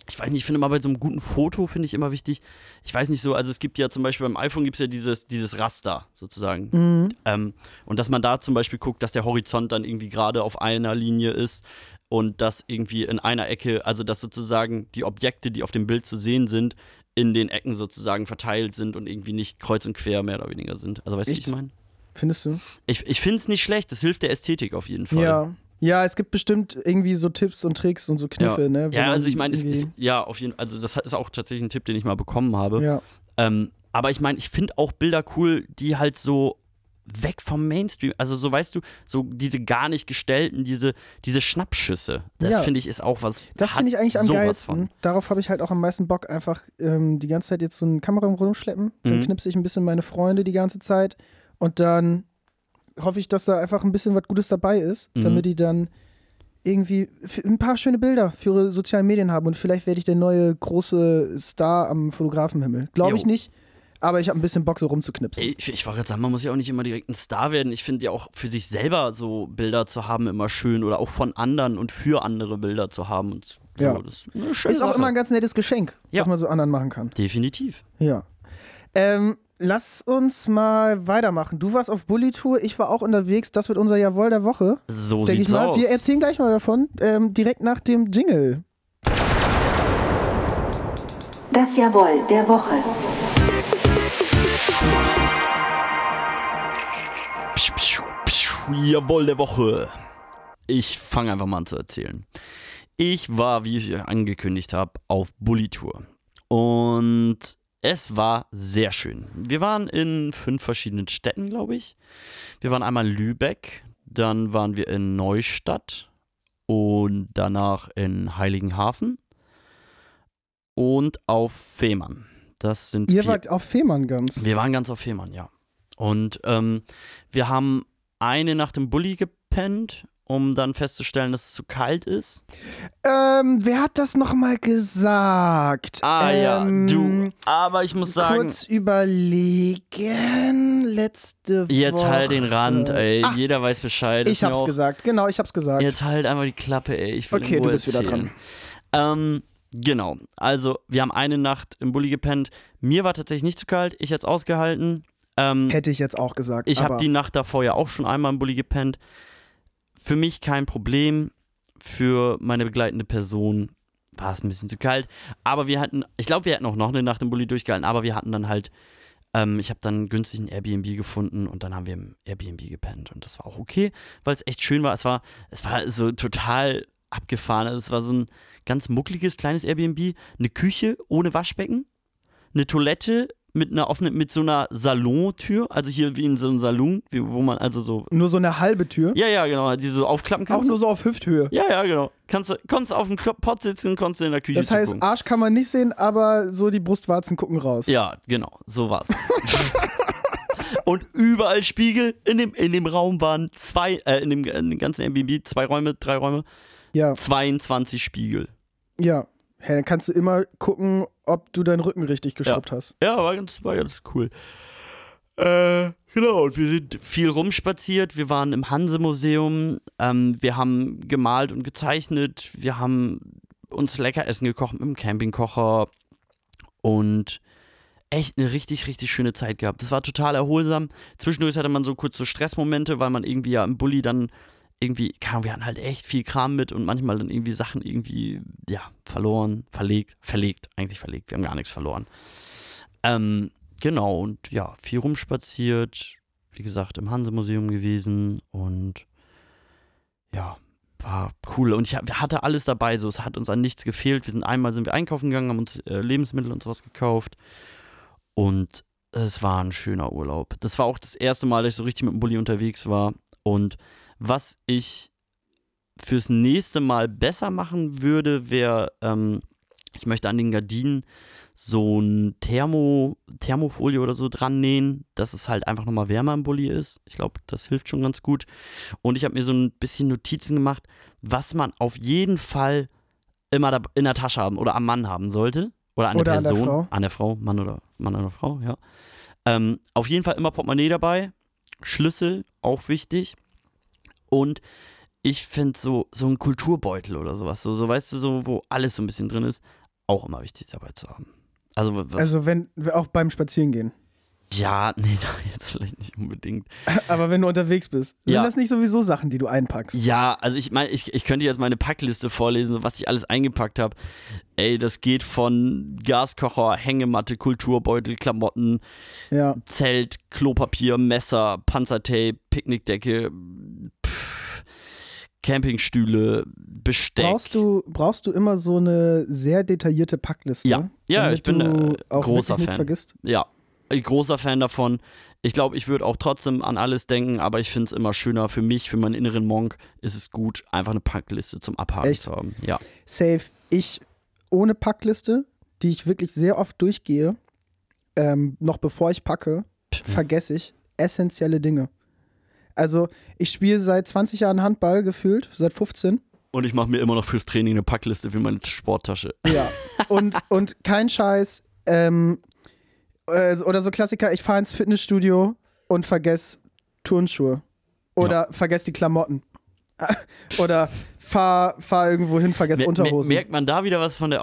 Speaker 1: Ich weiß nicht, ich finde mal bei so einem guten Foto finde ich immer wichtig. Ich weiß nicht so, also es gibt ja zum Beispiel beim iPhone gibt es ja dieses, dieses Raster sozusagen.
Speaker 3: Mhm.
Speaker 1: Ähm, und dass man da zum Beispiel guckt, dass der Horizont dann irgendwie gerade auf einer Linie ist und dass irgendwie in einer Ecke, also dass sozusagen die Objekte, die auf dem Bild zu sehen sind, in den Ecken sozusagen verteilt sind und irgendwie nicht kreuz und quer mehr oder weniger sind. Also weißt du, wie
Speaker 3: Echt?
Speaker 1: ich meine?
Speaker 3: Findest du?
Speaker 1: Ich, ich finde es nicht schlecht, es hilft der Ästhetik auf jeden Fall.
Speaker 3: Ja. Ja, es gibt bestimmt irgendwie so Tipps und Tricks und so Kniffe,
Speaker 1: ja.
Speaker 3: ne? wo
Speaker 1: Ja,
Speaker 3: man
Speaker 1: also ich meine, es ist,
Speaker 3: irgendwie-
Speaker 1: ja, auf jeden also das ist auch tatsächlich ein Tipp, den ich mal bekommen habe.
Speaker 3: ja.
Speaker 1: Ähm, aber ich meine, ich finde auch Bilder cool, die halt so weg vom Mainstream, also so weißt du, so diese gar nicht gestellten, diese, diese Schnappschüsse. Das
Speaker 3: Ja.
Speaker 1: finde ich ist auch was.
Speaker 3: Das finde
Speaker 1: hat
Speaker 3: ich eigentlich am
Speaker 1: sowas
Speaker 3: geilsten.
Speaker 1: von.
Speaker 3: Darauf habe ich halt auch am meisten Bock, einfach ähm, die ganze Zeit jetzt so eine Kamera rumschleppen. Dann
Speaker 1: Mhm.
Speaker 3: knipse ich ein bisschen meine Freunde die ganze Zeit. Und dann hoffe ich, dass da einfach ein bisschen was Gutes dabei ist,
Speaker 1: Mhm.
Speaker 3: damit die dann irgendwie f- ein paar schöne Bilder für ihre sozialen Medien haben. Und vielleicht werde ich der neue große Star am Fotografenhimmel. Glaube
Speaker 1: Jo.
Speaker 3: ich nicht. Aber ich habe ein bisschen Bock, so rumzuknipsen.
Speaker 1: Ey, Ich, ich wollte gerade sagen, man muss ja auch nicht immer direkt ein Star werden. Ich finde ja auch für sich selber so Bilder zu haben immer schön oder auch von anderen und für andere Bilder zu haben. Und so,
Speaker 3: Ja.
Speaker 1: das ist, eine schöne
Speaker 3: Ist auch
Speaker 1: Sache.
Speaker 3: immer ein ganz nettes Geschenk,
Speaker 1: Ja.
Speaker 3: was man so anderen machen kann.
Speaker 1: Definitiv.
Speaker 3: Ja. Ähm, lass uns mal weitermachen. Du warst auf Bully-Tour, ich war auch unterwegs. Das wird unser Jawohl der Woche.
Speaker 1: So
Speaker 3: Denke
Speaker 1: sieht's
Speaker 3: ich mal.
Speaker 1: aus.
Speaker 3: Wir erzählen gleich mal davon, ähm, direkt nach dem Jingle.
Speaker 4: Das Jawohl der Woche.
Speaker 1: Pschu, pschu, pschu, Jawohl, der Woche. Ich fange einfach mal an zu erzählen. Ich war, wie ich angekündigt habe, auf Bully Tour. Und es war sehr schön. Wir waren in fünf verschiedenen Städten, glaube ich. Wir waren einmal in Lübeck, dann waren wir in Neustadt und danach in Heiligenhafen und auf Fehmarn. Das sind
Speaker 3: Ihr
Speaker 1: vier.
Speaker 3: wart auf Fehmarn ganz.
Speaker 1: Wir waren ganz auf Fehmarn, ja. Und ähm, wir haben eine Nacht im Bulli gepennt, um dann festzustellen, dass es zu kalt ist.
Speaker 3: Ähm, wer hat das nochmal gesagt?
Speaker 1: Ah ja,
Speaker 3: ähm,
Speaker 1: du. Aber ich muss sagen,
Speaker 3: Kurz überlegen. Letzte Woche.
Speaker 1: jetzt halt den Rand, ey.
Speaker 3: Ah,
Speaker 1: Jeder weiß Bescheid.
Speaker 3: ich
Speaker 1: ist mir
Speaker 3: hab's
Speaker 1: auch-
Speaker 3: gesagt. Genau, ich hab's gesagt.
Speaker 1: Jetzt halt einfach die Klappe, ey. Ich will
Speaker 3: Okay,
Speaker 1: in Ruhe
Speaker 3: du bist wieder
Speaker 1: erzählen.
Speaker 3: dran.
Speaker 1: Ähm, genau. Also, wir haben eine Nacht im Bulli gepennt. Mir war tatsächlich nicht zu kalt. Ich hätte es ausgehalten. Ähm,
Speaker 3: Hätte ich jetzt auch gesagt.
Speaker 1: Ich habe
Speaker 3: aber-
Speaker 1: die Nacht davor ja auch schon einmal im Bulli gepennt. Für mich kein Problem. Für meine begleitende Person war es ein bisschen zu kalt. Aber wir hatten, ich glaube, wir hätten auch noch eine Nacht im Bulli durchgehalten, aber wir hatten dann halt, ähm, ich habe dann günstig ein Airbnb gefunden und dann haben wir im Airbnb gepennt. Und das war auch okay, weil es echt schön war. Es war, es war so total abgefahren. Also es war so ein ganz muckliges kleines Airbnb, eine Küche ohne Waschbecken eine Toilette mit einer offenen, mit so einer Salontür, also hier wie in so einem Salon, wie, wo man also so.
Speaker 3: Nur so eine halbe Tür.
Speaker 1: Ja, ja, genau, die so aufklappen
Speaker 3: auch
Speaker 1: kannst.
Speaker 3: nur so auf Hüfthöhe.
Speaker 1: ja, ja, genau. Kannst, du- konntest auf dem Klo- Pott sitzen, konntest in der Küche
Speaker 3: Das heißt,
Speaker 1: zugucken.
Speaker 3: Arsch kann man nicht sehen, aber so die Brustwarzen gucken raus.
Speaker 1: Ja, genau, so war's. Und überall Spiegel. In dem, in dem Raum waren zwei, äh, in dem, in dem ganzen Airbnb, zwei Räume, drei Räume,
Speaker 3: Ja.
Speaker 1: 22 Spiegel.
Speaker 3: ja. Hä, dann kannst du immer gucken, ob du deinen Rücken richtig gestoppt hast.
Speaker 1: Ja, war ganz, war ganz cool. Äh, genau, und wir sind viel rumspaziert. Wir waren im Hanse-Museum. Ähm, wir haben gemalt und gezeichnet. Wir haben uns lecker Essen gekocht mit dem Campingkocher. Und echt eine richtig, richtig schöne Zeit gehabt. Das war total erholsam. Zwischendurch hatte man so kurz so Stressmomente, weil man irgendwie ja im Bulli dann irgendwie, kam, wir hatten halt echt viel Kram mit und manchmal dann irgendwie Sachen irgendwie, ja, verloren, verlegt, verlegt, eigentlich verlegt. Wir haben gar nichts verloren. Ähm, genau, und ja, viel rumspaziert, wie gesagt, im Hanse-Museum gewesen und ja, war cool. Und ich ha- hatte alles dabei, so es hat uns an nichts gefehlt. Wir sind einmal sind wir einkaufen gegangen, haben uns äh, Lebensmittel und sowas gekauft. Und es war ein schöner Urlaub. Das war auch das erste Mal, dass ich so richtig mit dem Bulli unterwegs war. Und was ich fürs nächste Mal besser machen würde, wäre, ähm, ich möchte an den Gardinen so ein Thermo, Thermofolie oder so dran nähen, dass es halt einfach nochmal wärmer im Bulli ist. Ich glaube, das hilft schon ganz gut. Und ich habe mir so ein bisschen Notizen gemacht, was man auf jeden Fall immer da in der Tasche haben oder am Mann haben sollte. Oder an der
Speaker 3: Oder an der
Speaker 1: Person.
Speaker 3: Frau.
Speaker 1: an der Frau, Mann oder Mann oder Frau, ja. Ähm, auf jeden Fall immer Portemonnaie dabei, Schlüssel, auch wichtig. Und ich finde so, so einen Kulturbeutel oder sowas, so, so weißt du, so, wo alles so ein bisschen drin ist, auch immer wichtig dabei zu haben. Also, was,
Speaker 3: Also wenn auch beim Spazierengehen.
Speaker 1: Ja, nee, da jetzt vielleicht nicht unbedingt.
Speaker 3: Aber wenn du unterwegs bist, sind
Speaker 1: Ja.
Speaker 3: das nicht sowieso Sachen, die du einpackst?
Speaker 1: Ja, also ich meine, ich, ich könnte jetzt meine Packliste vorlesen, so was ich alles eingepackt habe. Ey, das geht von Gaskocher, Hängematte, Kulturbeutel, Klamotten,
Speaker 3: Ja.
Speaker 1: Zelt, Klopapier, Messer, Panzertape, Picknickdecke, pff, Campingstühle, Besteck.
Speaker 3: Brauchst du, brauchst du immer so eine sehr detaillierte Packliste?
Speaker 1: Ja. Ja,
Speaker 3: damit
Speaker 1: ich bin,
Speaker 3: du
Speaker 1: äh,
Speaker 3: auch
Speaker 1: großer
Speaker 3: wirklich nichts
Speaker 1: Fan.
Speaker 3: vergisst.
Speaker 1: Ja, ich großer Fan davon. Ich glaube, ich würde auch trotzdem an alles denken, aber ich finde es immer schöner für mich, für meinen inneren Monk ist es gut, einfach eine Packliste zum Abhaken
Speaker 3: Echt?
Speaker 1: zu haben. Ja.
Speaker 3: Safe. Ich ohne Packliste, die ich wirklich sehr oft durchgehe, ähm, noch bevor ich packe, vergesse ich essentielle Dinge. Also, ich spiele seit 20 Jahren Handball gefühlt, seit 15.
Speaker 1: Und ich mache mir immer noch fürs Training eine Packliste für meine Sporttasche.
Speaker 3: Ja. Und, und kein Scheiß. Ähm, äh, oder so Klassiker, ich fahre ins Fitnessstudio und vergesse Turnschuhe. Oder vergesse die Klamotten. oder fahr, fahr irgendwo hin, vergesse
Speaker 1: Mer-
Speaker 3: Unterhosen.
Speaker 1: mer- Merkt man da wieder was von der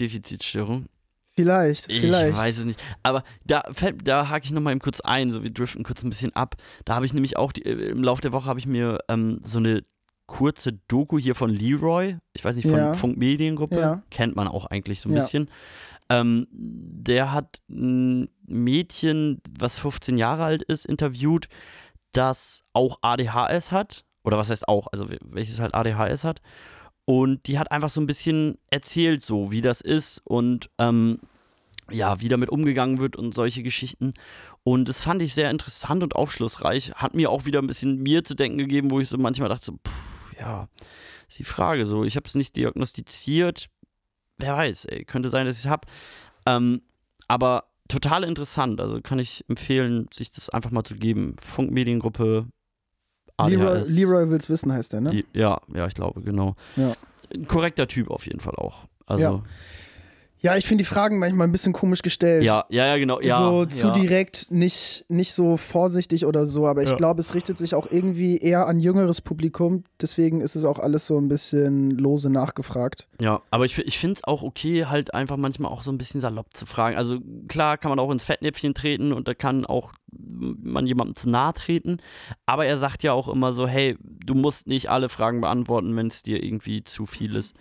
Speaker 1: Aufmerksamkeit-Defizitstörung?
Speaker 3: vielleicht,
Speaker 1: Ich
Speaker 3: vielleicht.
Speaker 1: weiß es nicht. Aber da, fällt- da hake ich nochmal eben kurz ein, so wir driften kurz ein bisschen ab. Da habe ich nämlich auch, die, äh, im Laufe der Woche habe ich mir ähm, so eine kurze Doku hier von Leroy, ich weiß nicht, von
Speaker 3: Ja.
Speaker 1: Funk Mediengruppe,
Speaker 3: Ja.
Speaker 1: kennt man auch eigentlich so ein
Speaker 3: Ja.
Speaker 1: bisschen. Ähm, der hat ein Mädchen, was 15 Jahre alt ist, interviewt, das auch ADHS hat. Oder was heißt auch, also welches halt ADHS hat. Und die hat einfach so ein bisschen erzählt, so wie das ist und ähm, ja, wie damit umgegangen wird und solche Geschichten. Und das fand ich sehr interessant und aufschlussreich. Hat mir auch wieder ein bisschen mir zu denken gegeben, wo ich so manchmal dachte, so, puh, ja, ist die Frage so. Ich habe es nicht diagnostiziert. Wer weiß, ey, könnte sein, dass ich es habe. Ähm, aber total interessant. Also kann ich empfehlen, sich das einfach mal zu geben. Funkmediengruppe
Speaker 3: Leroy,
Speaker 1: ADHS.
Speaker 3: Leroy will's wissen, heißt der, ne?
Speaker 1: Die- Ja, ja, ich glaube, genau.
Speaker 3: Ja.
Speaker 1: Ein korrekter Typ auf jeden Fall auch. Also,
Speaker 3: Ja, ich finde die Fragen manchmal ein bisschen komisch gestellt.
Speaker 1: ja, ja, ja, genau. Ja,
Speaker 3: so zu
Speaker 1: ja.
Speaker 3: direkt, nicht, nicht so vorsichtig oder so, aber ich
Speaker 1: Ja.
Speaker 3: glaube, es richtet sich auch irgendwie eher an jüngeres Publikum. Deswegen ist es auch alles so ein bisschen lose nachgefragt.
Speaker 1: Ja, aber ich, fi- ich finde es auch okay, halt einfach manchmal auch so ein bisschen salopp zu fragen. Also klar kann man auch ins Fettnäpfchen treten und da kann auch man jemandem zu nahe treten. Aber er sagt ja auch immer so, hey, du musst nicht alle Fragen beantworten, wenn es dir irgendwie zu viel ist.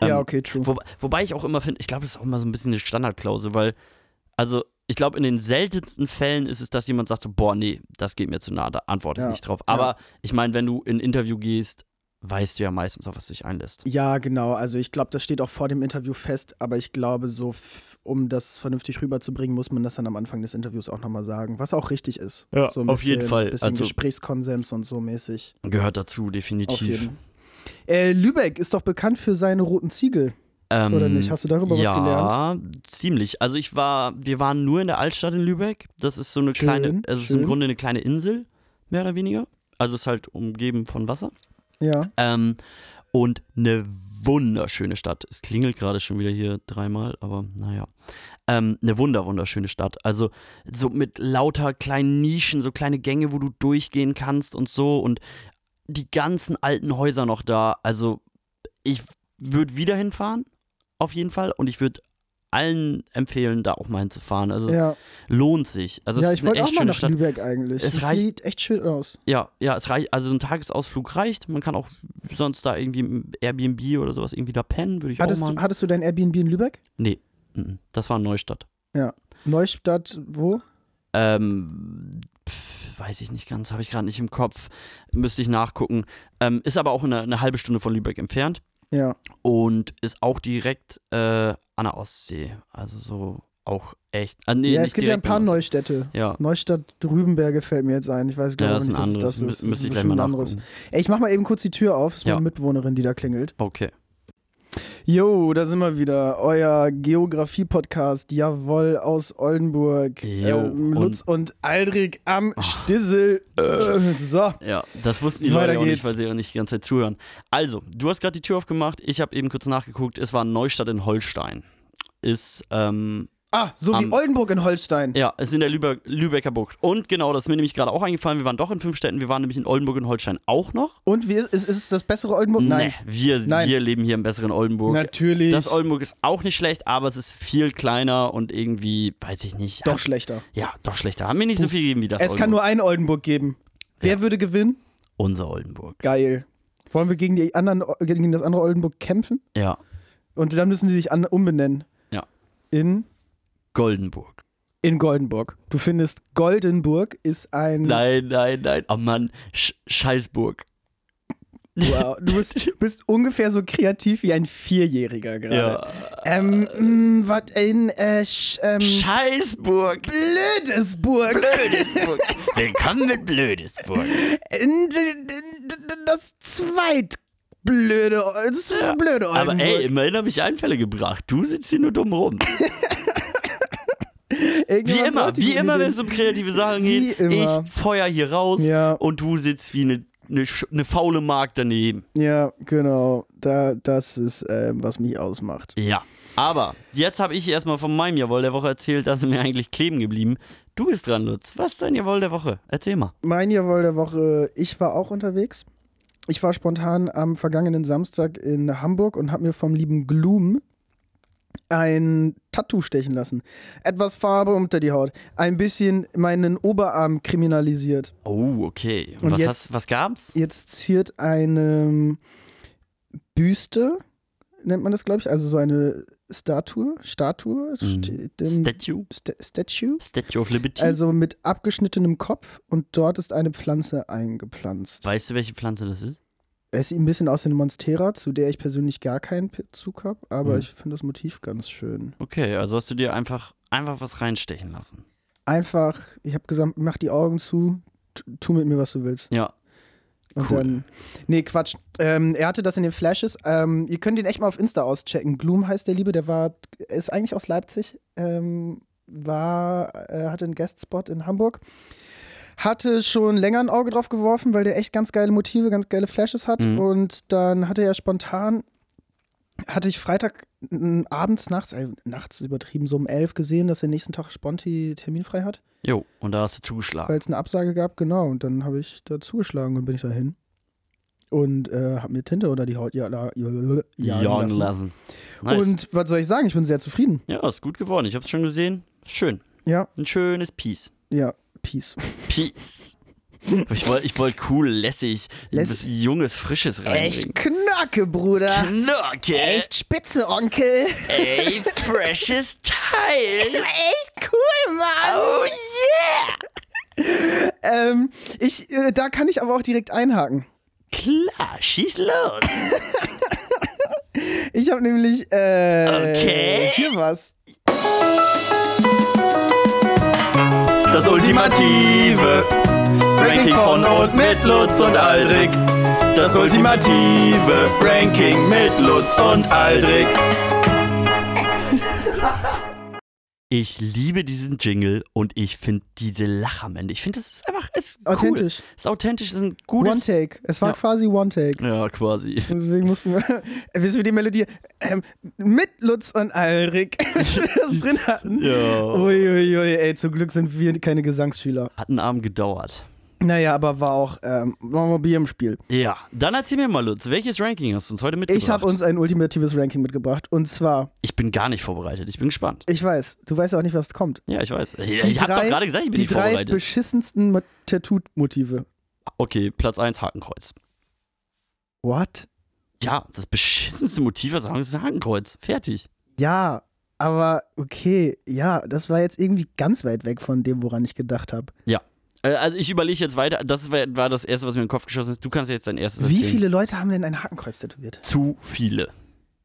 Speaker 3: ja,
Speaker 1: Ähm,
Speaker 3: okay, true.
Speaker 1: Wo, wobei ich auch immer finde, ich glaube, das ist auch immer so ein bisschen eine Standardklausel, weil, also ich glaube, in den seltensten Fällen ist es, dass jemand sagt so, boah, nee, das geht mir zu nah, da antworte
Speaker 3: Ja,
Speaker 1: ich nicht drauf. Aber ich meine, wenn du in ein Interview gehst, weißt du ja meistens, auf was du dich einlässt.
Speaker 3: Ja, genau. Also ich glaube, das steht auch vor dem Interview fest, aber ich glaube, so f- um das vernünftig rüberzubringen, muss man das dann am Anfang des Interviews auch nochmal sagen, was auch richtig ist.
Speaker 1: Ja,
Speaker 3: so ein
Speaker 1: auf jeden
Speaker 3: bisschen-
Speaker 1: Fall.
Speaker 3: Bisschen
Speaker 1: Also-
Speaker 3: Gesprächskonsens und so mäßig.
Speaker 1: Gehört dazu,
Speaker 3: Auf
Speaker 1: definitiv.
Speaker 3: jeden. Äh, Lübeck ist doch bekannt für seine roten Ziegel.
Speaker 1: Ähm,
Speaker 3: Oder nicht? Hast du darüber was
Speaker 1: ja, ziemlich. Also ich war, wir waren nur in der Altstadt in Lübeck. Das ist so eine
Speaker 3: Schön,
Speaker 1: kleine, also es ist im
Speaker 3: schön.
Speaker 1: Grunde eine kleine Insel, mehr oder weniger. Also es ist halt umgeben von Wasser.
Speaker 3: Ja.
Speaker 1: Ähm, und eine wunderschöne Stadt. Es klingelt gerade schon wieder hier dreimal, aber naja. Ähm, eine wunder, wunderschöne Stadt. Also so mit lauter kleinen Nischen, so kleine Gänge, wo du durchgehen kannst und so. Und die ganzen alten Häuser noch da. Also ich würde wieder hinfahren, auf jeden Fall. Und ich würde allen empfehlen, da auch mal hinzufahren. Also
Speaker 3: Ja,
Speaker 1: lohnt sich. Also
Speaker 3: ja
Speaker 1: es ist
Speaker 3: ich
Speaker 1: eine
Speaker 3: wollte
Speaker 1: echt
Speaker 3: auch mal
Speaker 1: schöne
Speaker 3: nach
Speaker 1: Stadt.
Speaker 3: Lübeck eigentlich.
Speaker 1: Es
Speaker 3: Es
Speaker 1: reicht-
Speaker 3: sieht echt schön aus.
Speaker 1: Ja, ja, es reicht, also ein Tagesausflug reicht. Man kann auch sonst da irgendwie im Airbnb oder sowas irgendwie da pennen, würde ich
Speaker 3: Hattest,
Speaker 1: auch
Speaker 3: du-
Speaker 1: machen.
Speaker 3: hattest du dein Airbnb in Lübeck?
Speaker 1: nee, mhm. das war Neustadt.
Speaker 3: Neustadt, wo?
Speaker 1: Ähm, pf, weiß ich nicht ganz, habe ich gerade nicht im Kopf. Müsste ich nachgucken. Ähm, ist aber auch eine, eine halbe Stunde von Lübeck entfernt
Speaker 3: Ja.
Speaker 1: und ist auch direkt äh, an der Ostsee. Also so auch echt. Ah, nee,
Speaker 3: ja, es
Speaker 1: nicht
Speaker 3: gibt ja ein
Speaker 1: direkt
Speaker 3: paar
Speaker 1: an der Ostsee.
Speaker 3: Neustädte.
Speaker 1: Ja,
Speaker 3: Neustadt Rübenberger fällt mir jetzt ein. Ich weiß, glaube
Speaker 1: ja, das ist ein
Speaker 3: nicht,
Speaker 1: anderes.
Speaker 3: dass das ist.
Speaker 1: Mü- Müsste ich
Speaker 3: das
Speaker 1: gleich
Speaker 3: ist
Speaker 1: mal
Speaker 3: ein anderes.
Speaker 1: nachgucken.
Speaker 3: Ey, ich mach mal eben kurz die Tür auf. Es ist
Speaker 1: Ja.
Speaker 3: meine Mitbewohnerin, die da klingelt.
Speaker 1: Okay.
Speaker 3: Jo, da sind wir wieder. Euer Geografie-Podcast. Jawoll, aus Oldenburg.
Speaker 1: Jo,
Speaker 3: Ähm, Lutz und, Aldrich am
Speaker 1: Ah.
Speaker 3: Stissel. Äh, so.
Speaker 1: Ja, das wussten die
Speaker 3: Weiter
Speaker 1: Leute auch
Speaker 3: geht's.
Speaker 1: nicht, weil sie ja nicht die ganze Zeit zuhören. Also, du hast gerade die Tür aufgemacht. Ich habe eben kurz nachgeguckt. Es war Neustadt in Holstein. Ist ähm,
Speaker 3: Ah, so wie
Speaker 1: Am-
Speaker 3: Oldenburg in Holstein.
Speaker 1: Ja, es ist in der Lübe Lübecker Bucht. Und genau, das ist mir nämlich gerade auch eingefallen. Wir waren doch in fünf Städten. Wir waren nämlich in Oldenburg und Holstein auch noch.
Speaker 3: Und wie ist, ist, ist es das bessere Oldenburg? Oh, Nein.
Speaker 1: Nee, wir,
Speaker 3: Nein.
Speaker 1: wir leben hier im besseren Oldenburg.
Speaker 3: Natürlich.
Speaker 1: Das Oldenburg ist auch nicht schlecht, aber es ist viel kleiner und irgendwie, weiß ich nicht.
Speaker 3: Doch
Speaker 1: hat-
Speaker 3: schlechter.
Speaker 1: Ja, doch schlechter. Haben wir nicht so viel gegeben wie das
Speaker 3: Es kann
Speaker 1: Oldenburg.
Speaker 3: nur ein Oldenburg geben. Wer würde gewinnen?
Speaker 1: Unser Oldenburg.
Speaker 3: Geil. Wollen wir gegen, die anderen, gegen das andere Oldenburg kämpfen?
Speaker 1: Ja,
Speaker 3: Und dann müssen sie sich an, umbenennen.
Speaker 1: Ja.
Speaker 3: In,
Speaker 1: Goldenburg.
Speaker 3: in Goldenburg. Du findest, Goldenburg ist ein.
Speaker 1: Nein, nein, nein. Oh Mann, Sch Scheißburg.
Speaker 3: Wow. Du bist, bist ungefähr so kreativ wie ein Vierjähriger gerade.
Speaker 1: Ja.
Speaker 3: Ähm, mh, was in. Äh, sch, ähm,
Speaker 1: Scheißburg.
Speaker 3: Blödesburg.
Speaker 1: Blödesburg. Willkommen mit Blödesburg.
Speaker 3: In- in- in- Das zweitblöde. Das blöde Oldenburg.
Speaker 1: Aber ey, immerhin habe ich Einfälle gebracht. Du sitzt hier nur dumm rum. Wie
Speaker 3: Irgendjemand
Speaker 1: immer, wie
Speaker 3: wollte gute
Speaker 1: immer, wenn
Speaker 3: Ideen.
Speaker 1: es um kreative Sachen
Speaker 3: Wie
Speaker 1: geht.
Speaker 3: immer.
Speaker 1: Ich feuer hier raus
Speaker 3: Ja.
Speaker 1: und du sitzt wie eine, eine, Sch- eine faule Mark daneben.
Speaker 3: Ja, genau. Da, das ist, ähm, was mich ausmacht.
Speaker 1: Ja. Aber jetzt habe ich erstmal von meinem Jawohl der Woche erzählt, da sind wir eigentlich kleben geblieben. Du bist dran, Lutz. Was ist dein Jawohl der Woche? Erzähl mal.
Speaker 3: Mein Jawohl der Woche, ich war auch unterwegs. Ich war spontan am vergangenen Samstag in Hamburg und habe mir vom lieben Gloom ein Tattoo stechen lassen. Etwas Farbe unter die Haut. Ein bisschen meinen Oberarm kriminalisiert.
Speaker 1: Oh, okay. Und,
Speaker 3: Und
Speaker 1: was,
Speaker 3: jetzt-
Speaker 1: hast, was gab's?
Speaker 3: Jetzt ziert eine Büste, nennt man das, glaube ich. Also so eine Statue. Statue? Steht dem-
Speaker 1: Statue?
Speaker 3: Sta- Statue?
Speaker 1: Statue of Liberty?
Speaker 3: Also mit abgeschnittenem Kopf und dort ist eine Pflanze eingepflanzt.
Speaker 1: weißt du, welche Pflanze das ist?
Speaker 3: Es sieht ein bisschen aus wie eine Monstera, zu der ich persönlich gar keinen Bezug habe, aber
Speaker 1: Mhm.
Speaker 3: ich finde das Motiv ganz schön.
Speaker 1: Okay, also hast du dir einfach, einfach was reinstechen lassen.
Speaker 3: Einfach, ich habe gesagt, mach die Augen zu, t- tu mit mir, was du willst.
Speaker 1: Ja.
Speaker 3: Und
Speaker 1: Cool.
Speaker 3: dann. Nee, Quatsch. Ähm, er hatte das in den Flashes. Ähm, ihr könnt ihn echt mal auf Insta auschecken. Gloom heißt der Liebe, der war, ist eigentlich aus Leipzig, ähm, war, äh, hatte einen Guestspot in Hamburg. Hatte schon länger ein Auge drauf geworfen, weil der echt ganz geile Motive, ganz geile Flashes hat.
Speaker 1: Mhm.
Speaker 3: Und dann hatte er spontan, hatte ich Freitag n- abends, nachts, äh, nachts übertrieben, so um elf gesehen, dass er nächsten Tag Sponti terminfrei hat,
Speaker 1: Jo, und da hast du zugeschlagen.
Speaker 3: weil es eine Absage gab, genau. Und dann habe ich da zugeschlagen und bin ich dahin. Und äh, habe mir Tinte unter die Haut jagen jagen
Speaker 1: jagen
Speaker 3: Äh, lassen.
Speaker 1: lassen. Nice.
Speaker 3: Und was soll ich sagen? Ich bin sehr zufrieden.
Speaker 1: ja, ist gut geworden. Ich hab's schon gesehen. Ist Schön.
Speaker 3: Ja,
Speaker 1: Ein schönes Peace.
Speaker 3: ja, Peace.
Speaker 1: Peace. ich wollte ich wollt cool, lässig,
Speaker 3: Lässig.
Speaker 1: was junges, frisches reinbringen.
Speaker 3: Echt knacke, Bruder.
Speaker 1: Knocke,
Speaker 3: Echt spitze, Onkel.
Speaker 1: ey, freshes Teil.
Speaker 3: Echt cool, Mann.
Speaker 1: Oh yeah.
Speaker 3: Ähm, ich, äh, da kann ich aber auch direkt einhaken.
Speaker 1: Klar, schieß los.
Speaker 3: Ich habe nämlich äh,
Speaker 1: Okay.
Speaker 3: hier was.
Speaker 1: Das ultimative Ranking von und mit Lutz und Aldrich. Das ultimative Ranking mit Lutz und Aldrich. Ich liebe diesen Jingle und ich finde diese Lache am Ende. Ich finde, das ist einfach es ist
Speaker 3: Authentisch.
Speaker 1: Cool. Es ist authentisch, es ist ein
Speaker 3: One
Speaker 1: gutes.
Speaker 3: Take. Es war
Speaker 1: Ja.
Speaker 3: quasi One Take.
Speaker 1: Ja, quasi.
Speaker 3: Deswegen mussten wir, äh, wissen wir die Melodie, ähm, mit Lutz und Alrik, als wir das drin hatten.
Speaker 1: Ja.
Speaker 3: Uiuiui, ey, zum Glück sind wir keine Gesangsschüler.
Speaker 1: Hat einen Abend gedauert.
Speaker 3: Naja, aber war auch, ähm, war mal Bier im Spiel.
Speaker 1: Ja, dann erzähl mir mal, Lutz, welches Ranking hast du uns heute mitgebracht?
Speaker 3: Ich habe uns ein ultimatives Ranking mitgebracht. Und zwar,
Speaker 1: Ich bin gar nicht vorbereitet, ich bin gespannt.
Speaker 3: ich weiß, du weißt ja auch nicht, was kommt.
Speaker 1: Ja, ich weiß. Ich, ich hab doch gerade gesagt, ich bin
Speaker 3: die
Speaker 1: nicht
Speaker 3: drei
Speaker 1: vorbereitet.
Speaker 3: beschissensten Mo- Tattoo-Motive.
Speaker 1: Okay, Platz 1, Hakenkreuz.
Speaker 3: What?
Speaker 1: Ja, das beschissenste Motiv, was sagen, ist ein Hakenkreuz. Fertig.
Speaker 3: Ja, aber okay, ja, das war jetzt irgendwie ganz weit weg von dem, woran ich gedacht habe.
Speaker 1: Ja. Äh, Also ich überlege jetzt weiter. Das war, war das Erste, was mir in den Kopf geschossen ist. Du kannst jetzt dein erstes
Speaker 3: Wie
Speaker 1: erzählen.
Speaker 3: viele Leute haben denn ein Hakenkreuz tätowiert?
Speaker 1: Zu viele.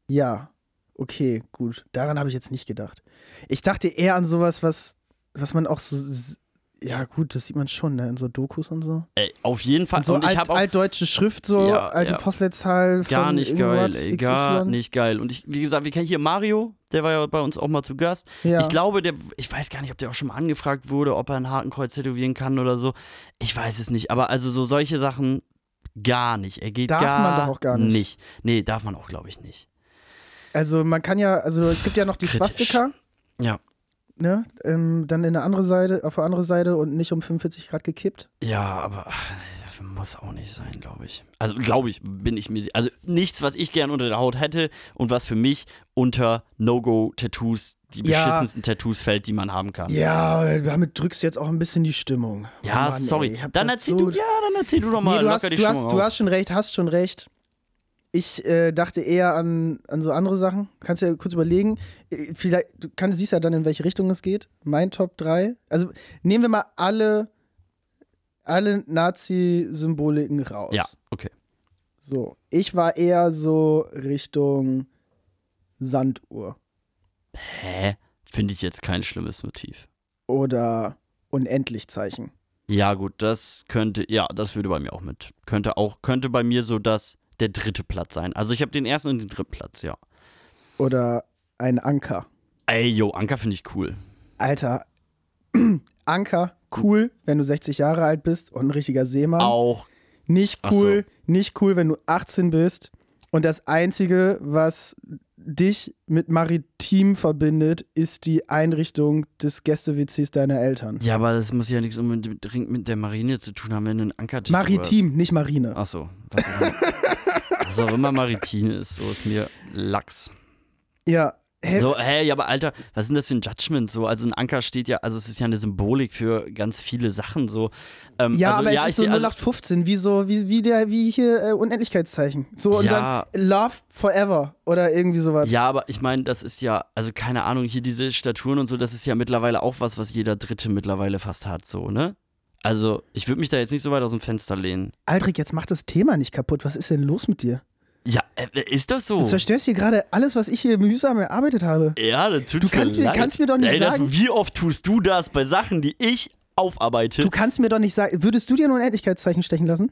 Speaker 3: Ja, okay, gut. Daran habe ich jetzt nicht gedacht. Ich dachte eher an sowas, was, was man auch so. s- Ja, gut, das sieht man schon, ne? In so Dokus und so.
Speaker 1: Ey, auf jeden Fall.
Speaker 3: Und so
Speaker 1: Und ich
Speaker 3: alt,
Speaker 1: habe auch
Speaker 3: altdeutsche Schrift, so
Speaker 1: Ja,
Speaker 3: alte
Speaker 1: ja.
Speaker 3: Postleitzahl von
Speaker 1: gar nicht geil.
Speaker 3: irgendwas,
Speaker 1: Ey, gar
Speaker 3: XY.
Speaker 1: nicht geil. Und ich, wie gesagt, wir kennen hier Mario. Der war ja bei uns auch mal zu Gast.
Speaker 3: Ja.
Speaker 1: Ich glaube, der, ich weiß gar nicht, ob der auch schon mal angefragt wurde, ob er ein Hakenkreuz tätowieren kann oder so. Ich weiß es nicht. Aber also so solche Sachen gar nicht. Er geht
Speaker 3: Darf
Speaker 1: gar
Speaker 3: man doch auch gar nicht.
Speaker 1: Nee, darf man auch, glaube ich, nicht.
Speaker 3: Also man kann ja, also es gibt ja noch die
Speaker 1: Kritisch.
Speaker 3: Swastika.
Speaker 1: Ja.
Speaker 3: ne, ähm, dann in eine andere Seite, auf eine andere Seite und nicht um 45 Grad gekippt.
Speaker 1: Ja, aber ach, muss auch nicht sein, glaube ich. Also, glaube ich, bin ich mir. si- Also, nichts, was ich gern unter der Haut hätte und was für mich unter No-Go-Tattoos, die
Speaker 3: Ja.
Speaker 1: beschissensten Tattoos fällt, die man haben kann.
Speaker 3: Ja, damit drückst du jetzt auch ein bisschen die Stimmung. Oh
Speaker 1: Ja,
Speaker 3: Mann,
Speaker 1: sorry.
Speaker 3: ey, ich hab
Speaker 1: dann
Speaker 3: grad
Speaker 1: erzähl
Speaker 3: so-
Speaker 1: du, ja, dann erzähl du doch mal
Speaker 3: Nee, du
Speaker 1: locker
Speaker 3: hast,
Speaker 1: die
Speaker 3: du,
Speaker 1: Stimmung
Speaker 3: hast, du
Speaker 1: auf.
Speaker 3: hast schon recht, hast schon recht. Ich äh, dachte eher an, an so andere Sachen. Kannst ja kurz überlegen. Äh, Vielleicht, du kannst, siehst ja dann, in welche Richtung es geht. Mein Top 3. Also nehmen wir mal alle, alle Nazi-Symboliken raus.
Speaker 1: Ja, okay.
Speaker 3: So. Ich war eher so Richtung Sanduhr
Speaker 1: Hä? Finde ich jetzt kein schlimmes Motiv.
Speaker 3: oder Unendlichzeichen.
Speaker 1: Ja, gut, das könnte, ja, das würde bei mir auch mit. Könnte auch, könnte bei mir so das der dritte Platz sein. Also ich habe den ersten und den dritten Platz, ja.
Speaker 3: Oder ein Anker.
Speaker 1: Ey, yo, Anker finde ich cool.
Speaker 3: Alter, Anker, cool, wenn du 60 Jahre alt bist und ein richtiger Seemann.
Speaker 1: Auch,
Speaker 3: Nicht
Speaker 1: Ach
Speaker 3: cool, nicht cool, wenn du 18 bist. Und das Einzige, was dich mit Maritim verbindet, ist die Einrichtung des Gäste-WCs deiner Eltern.
Speaker 1: ja, aber das muss ja nichts unbedingt mit der Marine zu tun haben, wenn du einen Anker
Speaker 3: Maritim, nicht Marine.
Speaker 1: Achso. Was auch immer- was auch immer Maritime ist, so ist mir Lachs.
Speaker 3: Ja, hä?
Speaker 1: So, hä, ja, aber Alter, was sind das für ein Judgment? So, also ein Anker steht ja, also es ist ja eine Symbolik für ganz viele Sachen. So, ähm,
Speaker 3: ja
Speaker 1: also,
Speaker 3: aber
Speaker 1: ja,
Speaker 3: es ist
Speaker 1: ich
Speaker 3: so
Speaker 1: seh- also,
Speaker 3: 0815, wie so, wie, wie der, wie hier äh, Unendlichkeitszeichen. So und
Speaker 1: Ja.
Speaker 3: dann Love Forever oder irgendwie sowas.
Speaker 1: Ja, aber ich meine, das ist ja, also keine Ahnung, hier diese Statuen und so, das ist ja mittlerweile auch was, was jeder Dritte mittlerweile fast hat, so, ne? Also, ich würde mich da jetzt nicht so weit aus dem Fenster lehnen.
Speaker 3: Aldrich, jetzt mach das Thema nicht kaputt. Was ist denn los mit dir?
Speaker 1: Ja, äh, ist das so?
Speaker 3: Du zerstörst hier gerade alles, was ich hier mühsam erarbeitet habe.
Speaker 1: Ja, das tut
Speaker 3: Du
Speaker 1: mir
Speaker 3: kannst mir-
Speaker 1: leid.
Speaker 3: kannst mir doch nicht
Speaker 1: Ey, das,
Speaker 3: sagen-
Speaker 1: Wie oft tust du das bei Sachen, die ich aufarbeite,
Speaker 3: Du kannst mir doch nicht sagen, würdest du dir ein Unendlichkeitszeichen stechen lassen?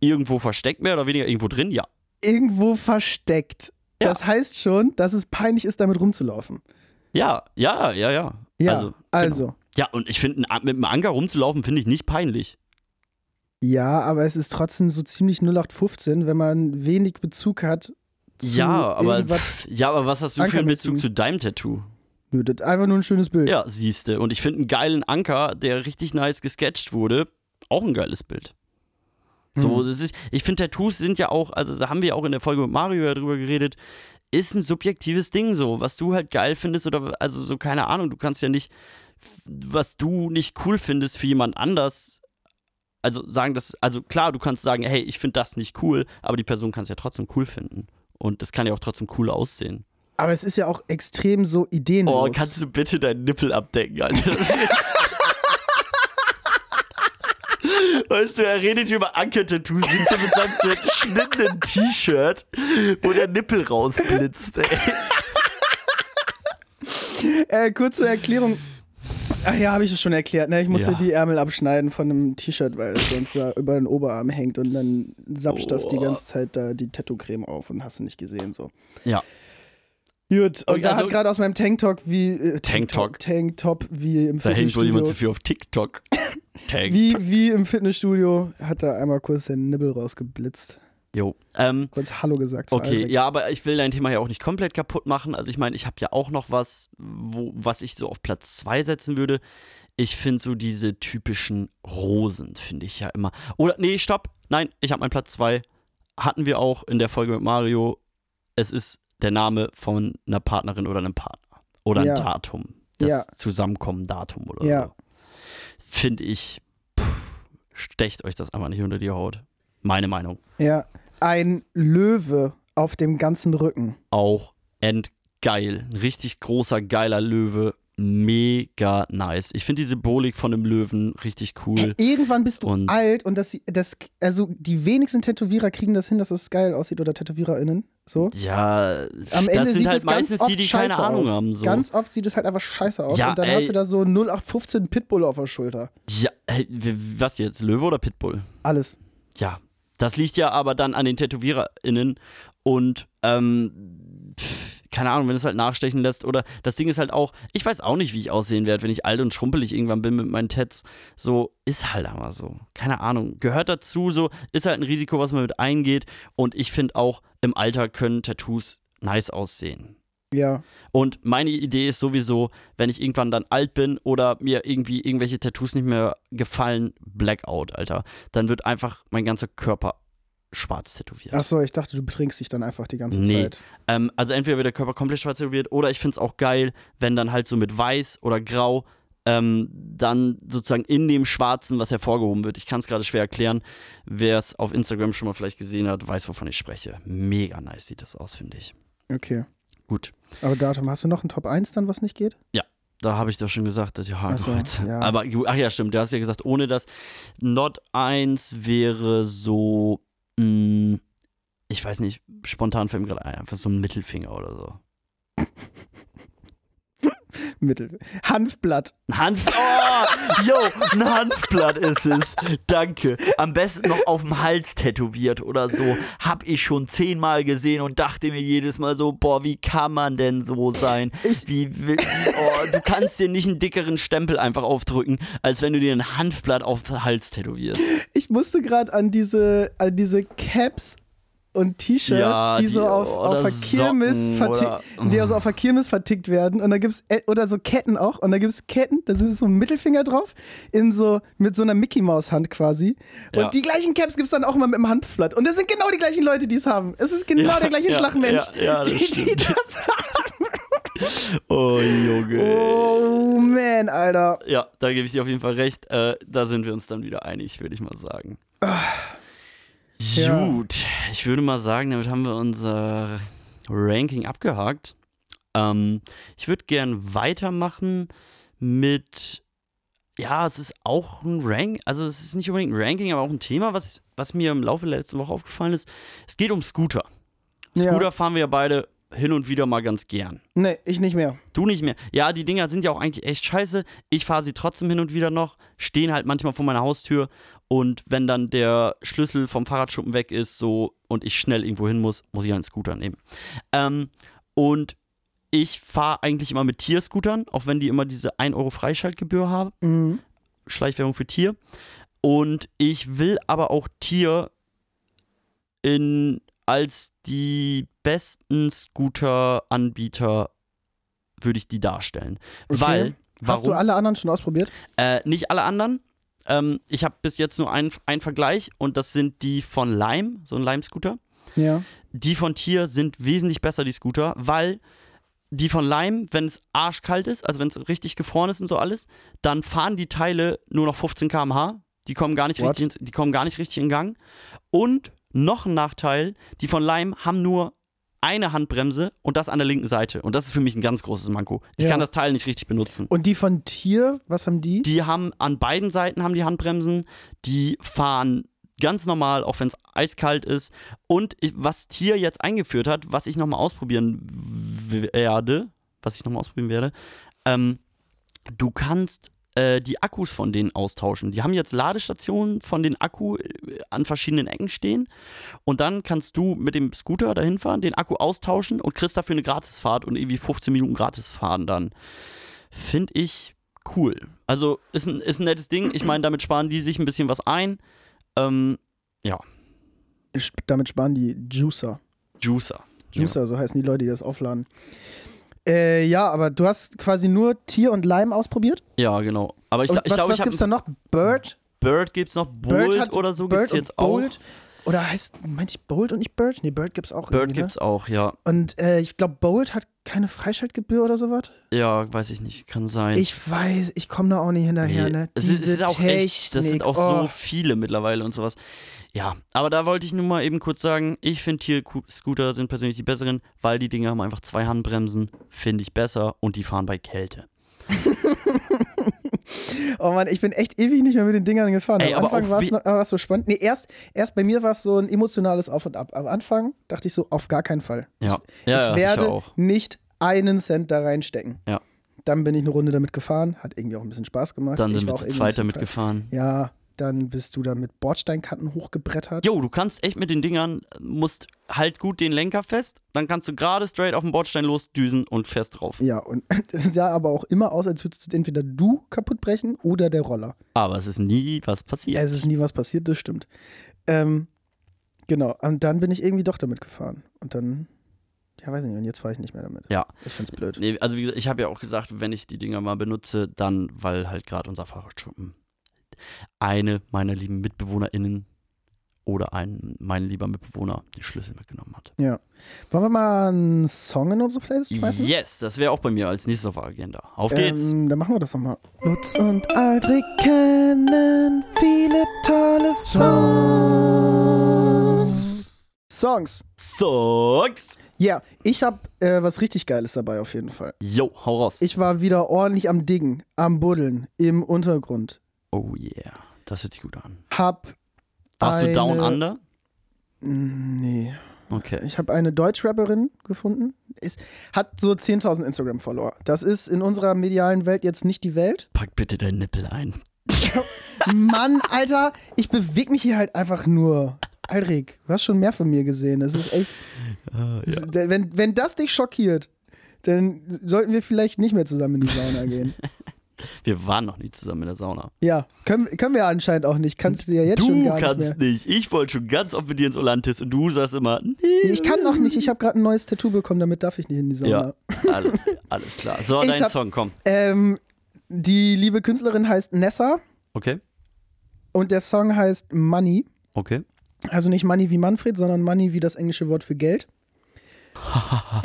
Speaker 1: irgendwo versteckt, mehr oder weniger irgendwo drin? Ja.
Speaker 3: Irgendwo versteckt.
Speaker 1: Ja.
Speaker 3: Das heißt schon, dass es peinlich ist, damit rumzulaufen.
Speaker 1: Ja, ja, ja, ja.
Speaker 3: Ja,
Speaker 1: also.
Speaker 3: also.
Speaker 1: Genau. Ja, und ich finde, mit einem Anker rumzulaufen, finde ich nicht peinlich.
Speaker 3: Ja, aber es ist trotzdem so ziemlich 0815, wenn man wenig Bezug hat zu
Speaker 1: ja, aber,
Speaker 3: irgendwas.
Speaker 1: pff, ja, aber was hast du für einen
Speaker 3: Ankermäßigen.
Speaker 1: Bezug zu deinem Tattoo?
Speaker 3: Nö, das ist einfach nur ein schönes Bild.
Speaker 1: Ja, siehste. Und ich finde einen geilen Anker, der richtig nice gesketcht wurde, auch ein geiles Bild. So, das ist, ich finde, Tattoos sind ja auch, also da haben wir auch in der Folge mit Mario ja drüber geredet, ist ein subjektives Ding so, was du halt geil findest oder, also so, keine Ahnung, du kannst ja nicht, was du nicht cool findest für jemand anders, also sagen das, also klar, du kannst sagen, hey, ich finde das nicht cool, aber die Person kann es ja trotzdem cool finden. Und das kann ja auch trotzdem cool aussehen.
Speaker 3: Aber es ist ja auch extrem so
Speaker 1: Oh,
Speaker 3: ideenlos.
Speaker 1: kannst du bitte deinen Nippel abdecken, Alter? Das ist- Weißt du, er redet hier über Anker-Tattoos, sitzt hier mit seinem geschnittenen T-Shirt, wo der Nippel rausblitzt, ey.
Speaker 3: äh, kurze Erklärung. Ach ja, habe ich es schon erklärt. Ne? Ich musste
Speaker 1: Ja.
Speaker 3: die Ärmel abschneiden von einem T-Shirt, weil es sonst da über den Oberarm hängt und dann sapscht das die
Speaker 1: Oh.
Speaker 3: ganze Zeit da die Tattoo-Creme auf und hast du nicht gesehen so.
Speaker 1: Ja.
Speaker 3: Gut, und
Speaker 1: Okay,
Speaker 3: da
Speaker 1: also-
Speaker 3: hat gerade aus meinem Tanktop wie äh,
Speaker 1: Tanktop.
Speaker 3: Tanktop wie im
Speaker 1: Da hängt wohl jemand
Speaker 3: Fitnessstudio.
Speaker 1: zu viel auf TikTok. Tag.
Speaker 3: Wie, wie im Fitnessstudio hat er einmal kurz den Nibbel rausgeblitzt.
Speaker 1: Jo. Ähm,
Speaker 3: Kurz Hallo gesagt zu
Speaker 1: okay,
Speaker 3: Aldrich.
Speaker 1: ja, aber ich will dein Thema ja auch nicht komplett kaputt machen. Also ich meine, ich habe ja auch noch was, wo, was ich so auf Platz 2 setzen würde. Ich finde so diese typischen Rosen, finde ich ja immer. Oder, nee, stopp. Nein, ich habe meinen Platz 2. Hatten wir auch in der Folge mit Mario. Es ist der Name von einer Partnerin oder einem Partner. Oder ein
Speaker 3: Ja.
Speaker 1: Datum. Das
Speaker 3: Ja.
Speaker 1: Zusammenkommen-Datum oder
Speaker 3: Ja.
Speaker 1: so. Finde ich, pff, stecht euch das einfach nicht unter die Haut. Meine Meinung.
Speaker 3: ja. Ein Löwe auf dem ganzen Rücken.
Speaker 1: auch endgeil. Ein richtig großer, geiler Löwe. Mega nice. Ich finde die Symbolik von dem Löwen richtig cool.
Speaker 3: Irgendwann bist du
Speaker 1: Und-
Speaker 3: alt und das, das, also die wenigsten Tätowierer kriegen das hin, dass es geil aussieht oder TätowiererInnen. So.
Speaker 1: Ja,
Speaker 3: Am Ende
Speaker 1: das sind
Speaker 3: sieht
Speaker 1: halt
Speaker 3: es ganz
Speaker 1: meistens
Speaker 3: oft
Speaker 1: die, die
Speaker 3: scheiße
Speaker 1: keine Ahnung
Speaker 3: aus.
Speaker 1: haben. So.
Speaker 3: Ganz oft sieht es halt einfach scheiße aus
Speaker 1: Ja,
Speaker 3: und dann
Speaker 1: ey.
Speaker 3: hast du da so 0815 Pitbull auf der Schulter.
Speaker 1: ja, hey, w- was jetzt? Löwe oder Pitbull?
Speaker 3: Alles.
Speaker 1: Ja. Das liegt ja aber dann an den TätowiererInnen und ähm, pff, keine Ahnung, wenn du es halt nachstechen lässt oder das Ding ist halt auch, ich weiß auch nicht, wie ich aussehen werde, wenn ich alt und schrumpelig irgendwann bin mit meinen Tats. So ist halt aber so. Keine Ahnung. Gehört dazu, so ist halt ein Risiko, was man mit eingeht und ich finde auch, im Alter können Tattoos nice aussehen.
Speaker 3: Ja.
Speaker 1: Und meine Idee ist sowieso, wenn ich irgendwann dann alt bin oder mir irgendwie irgendwelche Tattoos nicht mehr gefallen, Blackout, Alter, dann wird einfach mein ganzer Körper schwarz tätowiert.
Speaker 3: Achso, ich dachte, du betrinkst dich dann einfach die ganze
Speaker 1: Nee.
Speaker 3: Zeit.
Speaker 1: Ähm, also entweder wird der Körper komplett schwarz tätowiert oder ich finde es auch geil, wenn dann halt so mit weiß oder grau ähm, dann sozusagen in dem Schwarzen was hervorgehoben wird. Ich kann es gerade schwer erklären. Wer es auf Instagram schon mal vielleicht gesehen hat, weiß, wovon ich spreche. Mega nice sieht das aus, finde ich.
Speaker 3: Okay.
Speaker 1: Gut.
Speaker 3: Aber Datum, hast du noch einen Top 1 dann, was nicht geht?
Speaker 1: Da habe ich doch schon gesagt, dass ich
Speaker 3: Ach so,
Speaker 1: Hakenkreuz.
Speaker 3: ja.
Speaker 1: Aber ach ja, stimmt, du hast ja gesagt, ohne das Not 1 wäre so mh, ich weiß nicht, spontan fällt mir gerade ein, einfach so ein Mittelfinger oder so.
Speaker 3: Mittel. Hanfblatt.
Speaker 1: Ein Hanf. Oh, yo, ein Hanfblatt ist es. Danke.
Speaker 5: Am besten noch auf dem Hals tätowiert oder so. Hab ich schon zehnmal gesehen und dachte mir jedes Mal so, boah, wie kann man denn so sein?
Speaker 3: Ich-
Speaker 1: Wie, will- oh, du kannst dir nicht einen dickeren Stempel einfach aufdrücken, als wenn du dir ein Hanfblatt auf den Hals tätowierst.
Speaker 3: Ich musste gerade an diese, an diese Caps und T-Shirts,
Speaker 1: Ja,
Speaker 3: die
Speaker 1: die-
Speaker 3: so auf,
Speaker 1: oder
Speaker 3: auf der Kirmes
Speaker 1: Socken
Speaker 3: vertickt,
Speaker 1: oder-
Speaker 3: die also auf der Kirmes vertickt werden und da gibt's äh, oder so Ketten auch und da gibt's Ketten, da sind so ein Mittelfinger drauf in so mit so einer Mickey Maus Hand quasi und
Speaker 1: Ja.
Speaker 3: die gleichen Caps gibt's dann auch immer mit dem Handblatt und das sind genau die gleichen Leute, die es haben. Es ist genau
Speaker 1: Ja,
Speaker 3: der gleiche
Speaker 1: ja,
Speaker 3: Schlagmensch,
Speaker 1: ja, ja, das
Speaker 3: die, die
Speaker 1: stimmt.
Speaker 3: das haben.
Speaker 1: Oh, Junge.
Speaker 3: Oh man, Alter.
Speaker 1: Ja, da gebe ich dir auf jeden Fall recht. Äh, da sind wir uns dann wieder einig, würde ich mal sagen.
Speaker 3: Ja.
Speaker 1: Gut, ich würde mal sagen, damit haben wir unser Ranking abgehakt. Ähm, ich würde gern weitermachen mit, ja, es ist auch ein Rank, also es ist nicht unbedingt ein Ranking, aber auch ein Thema, was, was mir im Laufe der letzten Woche aufgefallen ist. Es geht um Scooter.
Speaker 3: Ja.
Speaker 1: Scooter fahren wir ja beide hin und wieder mal ganz gern.
Speaker 3: Nee, ich nicht mehr.
Speaker 1: Du nicht mehr. Ja, die Dinger sind ja auch eigentlich echt scheiße. Ich fahre sie trotzdem hin und wieder noch, stehen halt manchmal vor meiner Haustür und wenn dann der Schlüssel vom Fahrradschuppen weg ist, so und ich schnell irgendwo hin muss, muss ich halt einen Scooter nehmen. Ähm, und ich fahre eigentlich immer mit Tierscootern, auch wenn die immer diese 1 Euro Freischaltgebühr haben.
Speaker 3: Mhm.
Speaker 1: Schleichwerbung für Tier. Und ich will aber auch Tier in, als die besten Scooter-Anbieter würde ich die darstellen.
Speaker 3: Okay.
Speaker 1: Weil, warum?
Speaker 3: Hast du alle anderen schon ausprobiert?
Speaker 1: äh, nicht alle anderen. Ähm, ich habe bis jetzt nur einen, einen Vergleich und das sind die von Lime, so ein Lime-Scooter.
Speaker 3: Ja.
Speaker 1: Die von Tier sind wesentlich besser, die Scooter, weil die von Lime, wenn es arschkalt ist, also wenn es richtig gefroren ist und so alles, dann fahren die Teile nur noch 15 km/h. Die kommen, gar nicht
Speaker 3: What?
Speaker 1: richtig ins, die kommen gar nicht richtig in Gang. Und noch ein Nachteil, die von Lime haben nur eine Handbremse und das an der linken Seite. Und das ist für mich ein ganz großes Manko. Ich
Speaker 3: Ja.
Speaker 1: kann das Teil nicht richtig benutzen.
Speaker 3: Und die von Tier, was haben die?
Speaker 1: Die haben an beiden Seiten haben die Handbremsen. Die fahren ganz normal, auch wenn es eiskalt ist. Und ich, was Tier jetzt eingeführt hat, was ich nochmal ausprobieren w- werde, was ich nochmal ausprobieren werde, ähm, du kannst äh, die Akkus von denen austauschen. Die haben jetzt Ladestationen von den Akku äh, an verschiedenen Ecken stehen und dann kannst du mit dem Scooter dahin fahren, den Akku austauschen und kriegst dafür eine Gratisfahrt und irgendwie 15 Minuten gratis fahren dann. Finde ich cool. Also ist ein, ist ein nettes Ding. Ich meine, damit sparen die sich ein bisschen was ein. Ähm,
Speaker 3: Sp- Damit sparen die Juicer.
Speaker 1: Juicer.
Speaker 3: Juicer, so heißen die Leute, die das aufladen. Äh, ja, aber du hast quasi nur Tier und Leim ausprobiert.
Speaker 1: Ja, genau. Aber ich,
Speaker 3: und
Speaker 1: gla-
Speaker 3: was
Speaker 1: ich glaube,
Speaker 3: was
Speaker 1: ich
Speaker 3: gibt's
Speaker 1: habe
Speaker 3: da noch? Bird?
Speaker 1: Bird gibt's noch,
Speaker 3: Bird
Speaker 1: Bolt
Speaker 3: hat-
Speaker 1: oder so
Speaker 3: Bird
Speaker 1: gibt's
Speaker 3: und
Speaker 1: jetzt auch.
Speaker 3: Bolt? Oder heißt, meinte ich Bolt und nicht Bird? Nee, Bird gibt's auch.
Speaker 1: Bird
Speaker 3: irgendwie,
Speaker 1: gibt's auch, ja.
Speaker 3: Ne? Und äh, ich glaube, Bolt hat keine Freischaltgebühr oder sowas.
Speaker 1: Ja, weiß ich nicht, kann sein.
Speaker 3: Ich weiß, ich komme da auch nicht hinterher,
Speaker 1: Nee,
Speaker 3: ne?
Speaker 1: es,
Speaker 3: Diese
Speaker 1: ist, es ist auch
Speaker 3: Technik.
Speaker 1: echt, das sind auch
Speaker 3: oh.
Speaker 1: so viele mittlerweile und sowas. Ja, aber da wollte ich nur mal eben kurz sagen, ich finde Tier-Scooter sind persönlich die besseren, weil die Dinger haben einfach zwei Handbremsen, finde ich besser und die fahren bei Kälte.
Speaker 3: Oh Mann, ich bin echt ewig nicht mehr mit den Dingern gefahren.
Speaker 1: Ey,
Speaker 3: am
Speaker 1: aber
Speaker 3: Anfang
Speaker 1: auch
Speaker 3: war es
Speaker 1: wie-
Speaker 3: noch- war es so spannend. Nee, erst, erst bei mir war es so ein emotionales Auf und Ab. Am Anfang dachte ich so, auf gar keinen Fall.
Speaker 1: Ja, ja, ja,
Speaker 3: ich
Speaker 1: ich
Speaker 3: werde
Speaker 1: auch.
Speaker 3: nicht einen Cent da reinstecken.
Speaker 1: Ja.
Speaker 3: Dann bin ich eine Runde damit gefahren, hat irgendwie auch ein bisschen Spaß gemacht.
Speaker 1: Dann
Speaker 3: ich
Speaker 1: sind
Speaker 3: war
Speaker 1: wir
Speaker 3: auch
Speaker 1: zu
Speaker 3: irgendwie
Speaker 1: zweit
Speaker 3: ein
Speaker 1: damit
Speaker 3: bisschen
Speaker 1: gefahren.
Speaker 3: ver- Ja, dann bist du da mit Bordsteinkanten hochgebrettert.
Speaker 1: Jo, du kannst echt mit den Dingern, musst halt gut den Lenker fest, dann kannst du gerade straight auf den Bordstein losdüsen und fährst drauf.
Speaker 3: Ja, und es sah aber auch immer aus, als würdest du entweder du kaputt brechen oder der Roller.
Speaker 1: Aber es ist nie was passiert.
Speaker 3: Ja, es ist nie was passiert, das ähm, stimmt. Ähm, genau, und dann bin ich irgendwie doch damit gefahren. Und dann Ja, weiß ich nicht. Und jetzt fahre ich nicht mehr damit.
Speaker 1: Ja.
Speaker 3: Ich find's blöd.
Speaker 1: Nee, also wie gesagt, ich habe ja auch gesagt, wenn ich die Dinger mal benutze, dann, weil halt gerade unser Fahrradschuppen eine meiner lieben MitbewohnerInnen oder ein mein lieber Mitbewohner die Schlüssel mitgenommen hat.
Speaker 3: Ja. Wollen wir mal einen Song in unsere Playlist schmeißen?
Speaker 1: Yes, das wäre auch bei mir als nächstes auf der Agenda. Auf geht's!
Speaker 3: Ähm, dann machen wir das nochmal. Lutz und Aldrich kennen viele tolle Songs. Songs.
Speaker 1: Socks!
Speaker 3: Ja, ich habe äh, was richtig Geiles dabei auf jeden Fall.
Speaker 1: Yo, hau raus.
Speaker 3: Ich war wieder ordentlich am Diggen, am Buddeln, im Untergrund.
Speaker 1: Oh yeah, das hört sich gut an.
Speaker 3: Hab.
Speaker 1: Warst
Speaker 3: eine,
Speaker 1: du Down Under?
Speaker 3: Mm, Nee.
Speaker 1: Okay.
Speaker 3: Ich habe eine Deutschrapperin gefunden. Ist, hat so 10.000 Instagram-Follower. Das ist in unserer medialen Welt jetzt nicht die Welt.
Speaker 1: Pack bitte deinen Nippel ein.
Speaker 3: Mann, Alter, ich bewege mich hier halt einfach nur. Alrik, du hast schon mehr von mir gesehen. Das ist echt.
Speaker 1: Ah,
Speaker 3: Das- wenn, wenn das dich schockiert, dann sollten wir vielleicht nicht mehr zusammen in die Sauna gehen.
Speaker 1: Wir waren noch nie zusammen in der Sauna.
Speaker 3: Ja, können, können wir anscheinend auch nicht. Kannst du dir jetzt schon
Speaker 1: du
Speaker 3: gar nicht mehr.
Speaker 1: kannst nicht. Ich wollte schon ganz oft mit dir ins Olantis und du sagst immer, nee.
Speaker 3: Ich kann noch nicht. Ich habe gerade ein neues Tattoo bekommen, damit darf ich nicht in die Sauna.
Speaker 1: Ja, alles, alles klar. So,
Speaker 3: Ich
Speaker 1: dein
Speaker 3: hab-
Speaker 1: Song, komm.
Speaker 3: Ähm, die liebe Künstlerin heißt Nessa
Speaker 1: Okay,
Speaker 3: und der Song heißt Money.
Speaker 1: okay.
Speaker 3: Also nicht Money wie Manfred, sondern Money wie das englische Wort für Geld. Haha,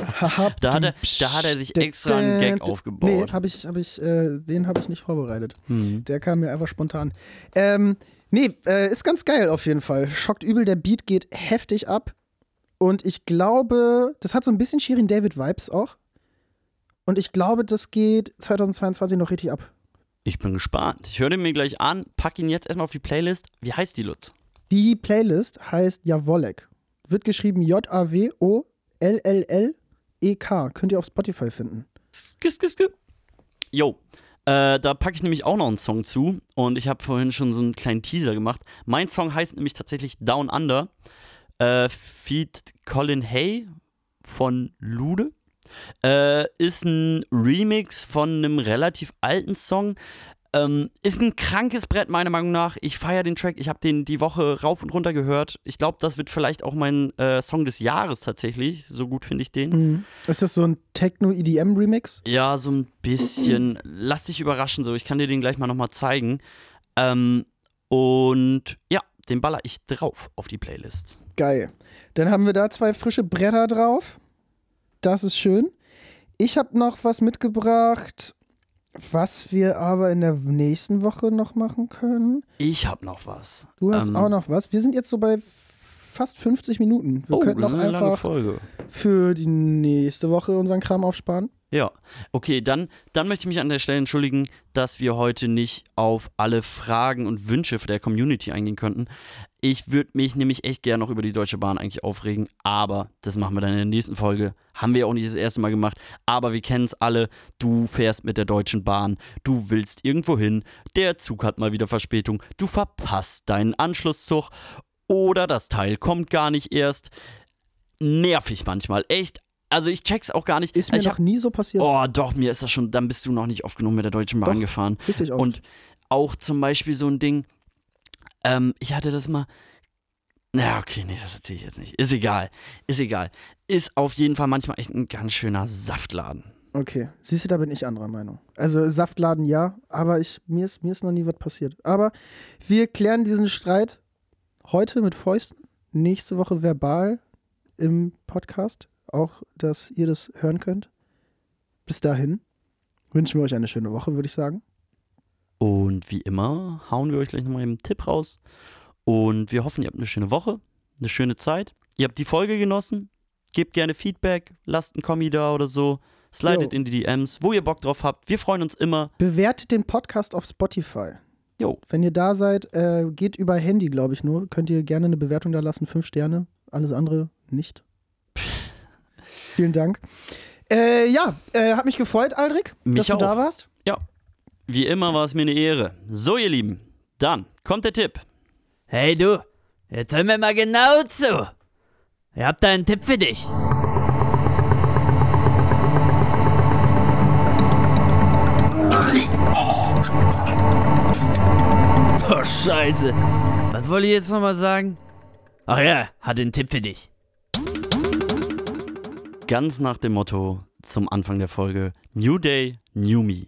Speaker 1: Da hat er-
Speaker 3: psch,
Speaker 1: da hat er sich
Speaker 3: dä,
Speaker 1: extra einen
Speaker 3: dä,
Speaker 1: Gag
Speaker 3: dä.
Speaker 1: aufgebaut.
Speaker 3: Nee, hab ich, hab ich, äh, den habe ich nicht vorbereitet.
Speaker 1: Mhm.
Speaker 3: Der kam mir einfach spontan. Ähm, nee, äh, ist ganz geil auf jeden Fall. Schockt übel, der Beat geht heftig ab. Und ich glaube, das hat so ein bisschen Shirin David Vibes auch. Und ich glaube, das geht 2022 noch richtig ab.
Speaker 1: Ich bin gespannt. Ich höre den mir gleich an, pack ihn jetzt erstmal auf die Playlist. Wie heißt die, Lutz?
Speaker 3: Die Playlist heißt Jawollek. Wird geschrieben J-A-W-O-L-L-L-E-K. E Könnt ihr auf Spotify finden.
Speaker 1: Skis, skis, skis. Jo. Äh, da packe ich nämlich auch noch einen Song zu und ich habe vorhin schon so einen kleinen Teaser gemacht. Mein Song heißt nämlich tatsächlich Down Under. Äh, feed Colin Hay von Lude. Äh, ist ein Remix von einem relativ alten Song. Ähm, ist ein krankes Brett, meiner Meinung nach. Ich feiere den Track. Ich habe den die Woche rauf und runter gehört. Ich glaube, das wird vielleicht auch mein äh, Song des Jahres tatsächlich. So gut finde ich den.
Speaker 3: Ist das so ein Techno-EDM-Remix?
Speaker 1: Ja, so ein bisschen. Lass dich überraschen, so. Ich kann dir den gleich mal nochmal zeigen. Ähm, und ja, den baller ich drauf auf die Playlist.
Speaker 3: Geil. Dann haben wir da zwei frische Bretter drauf. Das ist schön. Ich habe noch was mitgebracht, was wir aber in der nächsten Woche noch machen können.
Speaker 1: Ich hab noch was.
Speaker 3: Du hast
Speaker 1: Ähm,
Speaker 3: auch noch was. Wir sind jetzt so bei fast 50 Minuten. Wir
Speaker 1: oh,
Speaker 3: könnten
Speaker 1: das
Speaker 3: auch
Speaker 1: ist eine lange
Speaker 3: einfach
Speaker 1: Folge.
Speaker 3: für die nächste Woche unseren Kram aufsparen.
Speaker 1: Ja, okay, dann, dann möchte ich mich an der Stelle entschuldigen, dass wir heute nicht auf alle Fragen und Wünsche der Community eingehen könnten. Ich würde mich nämlich echt gern noch über die Deutsche Bahn eigentlich aufregen, aber das machen wir dann in der nächsten Folge. Haben wir auch nicht das erste Mal gemacht, aber wir kennen es alle. Du fährst mit der Deutschen Bahn, du willst irgendwo hin, der Zug hat mal wieder Verspätung, du verpasst deinen Anschlusszug oder das Teil kommt gar nicht erst. Nervig manchmal, echt. Also ich check's auch gar nicht. Also
Speaker 3: Ist mir
Speaker 1: ich hab-
Speaker 3: noch nie so passiert.
Speaker 1: Oh, doch, mir ist das schon, dann bist du noch nicht oft genug mit der Deutschen Bahn
Speaker 3: Doch,
Speaker 1: gefahren.
Speaker 3: Richtig oft.
Speaker 1: Und auch zum Beispiel so ein Ding, ähm, ich hatte das mal. Na, okay, nee, das erzähle ich jetzt nicht. Ist egal. Ist egal. Ist auf jeden Fall manchmal echt ein ganz schöner Saftladen.
Speaker 3: Okay, siehst du, da bin ich anderer Meinung. Also Saftladen ja, aber ich, mir, ist, mir ist noch nie was passiert. Aber wir klären diesen Streit heute mit Fäusten, nächste Woche verbal im Podcast, auch dass ihr das hören könnt. Bis dahin wünschen wir euch eine schöne Woche, würde ich sagen.
Speaker 1: Und wie immer hauen wir euch gleich nochmal einen Tipp raus. Und wir hoffen, ihr habt eine schöne Woche, eine schöne Zeit. Ihr habt die Folge genossen. Gebt gerne Feedback, lasst einen Kommi da oder so. Slidet
Speaker 3: Jo.
Speaker 1: in die DMs, wo ihr Bock drauf habt. Wir freuen uns immer.
Speaker 3: Bewertet den Podcast auf Spotify.
Speaker 1: Jo.
Speaker 3: Wenn ihr da seid, äh, geht über Handy, glaube ich nur. Könnt ihr gerne eine Bewertung da lassen, fünf Sterne. Alles andere nicht. Vielen Dank. Äh, ja, äh, hat mich gefreut, Aldrich,
Speaker 1: Mich
Speaker 3: dass du
Speaker 1: auch.
Speaker 3: da warst.
Speaker 1: Wie immer war es mir eine Ehre. So, ihr Lieben, dann kommt der Tipp.
Speaker 5: Hey du, jetzt hör mir mal genau zu. Ich hab da einen Tipp für dich. Oh Scheiße. Was wollte ich jetzt nochmal sagen? Ach ja, hat einen Tipp für dich.
Speaker 1: Ganz nach dem Motto zum Anfang der Folge: New Day, New Me.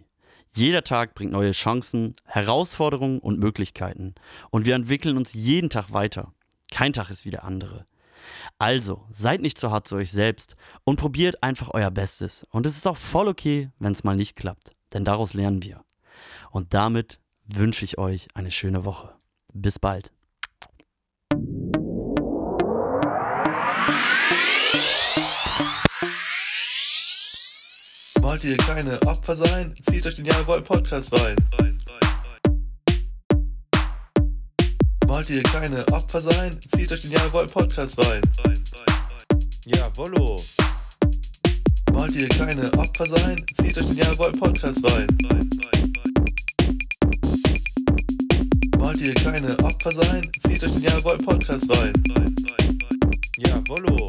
Speaker 1: Jeder Tag bringt neue Chancen, Herausforderungen und Möglichkeiten. Und wir entwickeln uns jeden Tag weiter. Kein Tag ist wie der andere. Also, seid nicht zu hart zu euch selbst und probiert einfach euer Bestes. Und es ist auch voll okay, wenn es mal nicht klappt. Denn daraus lernen wir. Und damit wünsche ich euch eine schöne Woche. Bis bald.
Speaker 6: Wollt ihr kleine Opfer sein? Zieht euch den Jawohl-Podcast rein. Wollt ihr kleine Opfer sein? Zieht euch den Jawohl-Podcast rein. Jawollo! Wollt ihr kleine Opfer sein? Zieht euch den Jawohl-Podcast rein. Wollt ihr kleine Opfer sein? Zieht euch den Jawohl-Podcast rein. Jawollo!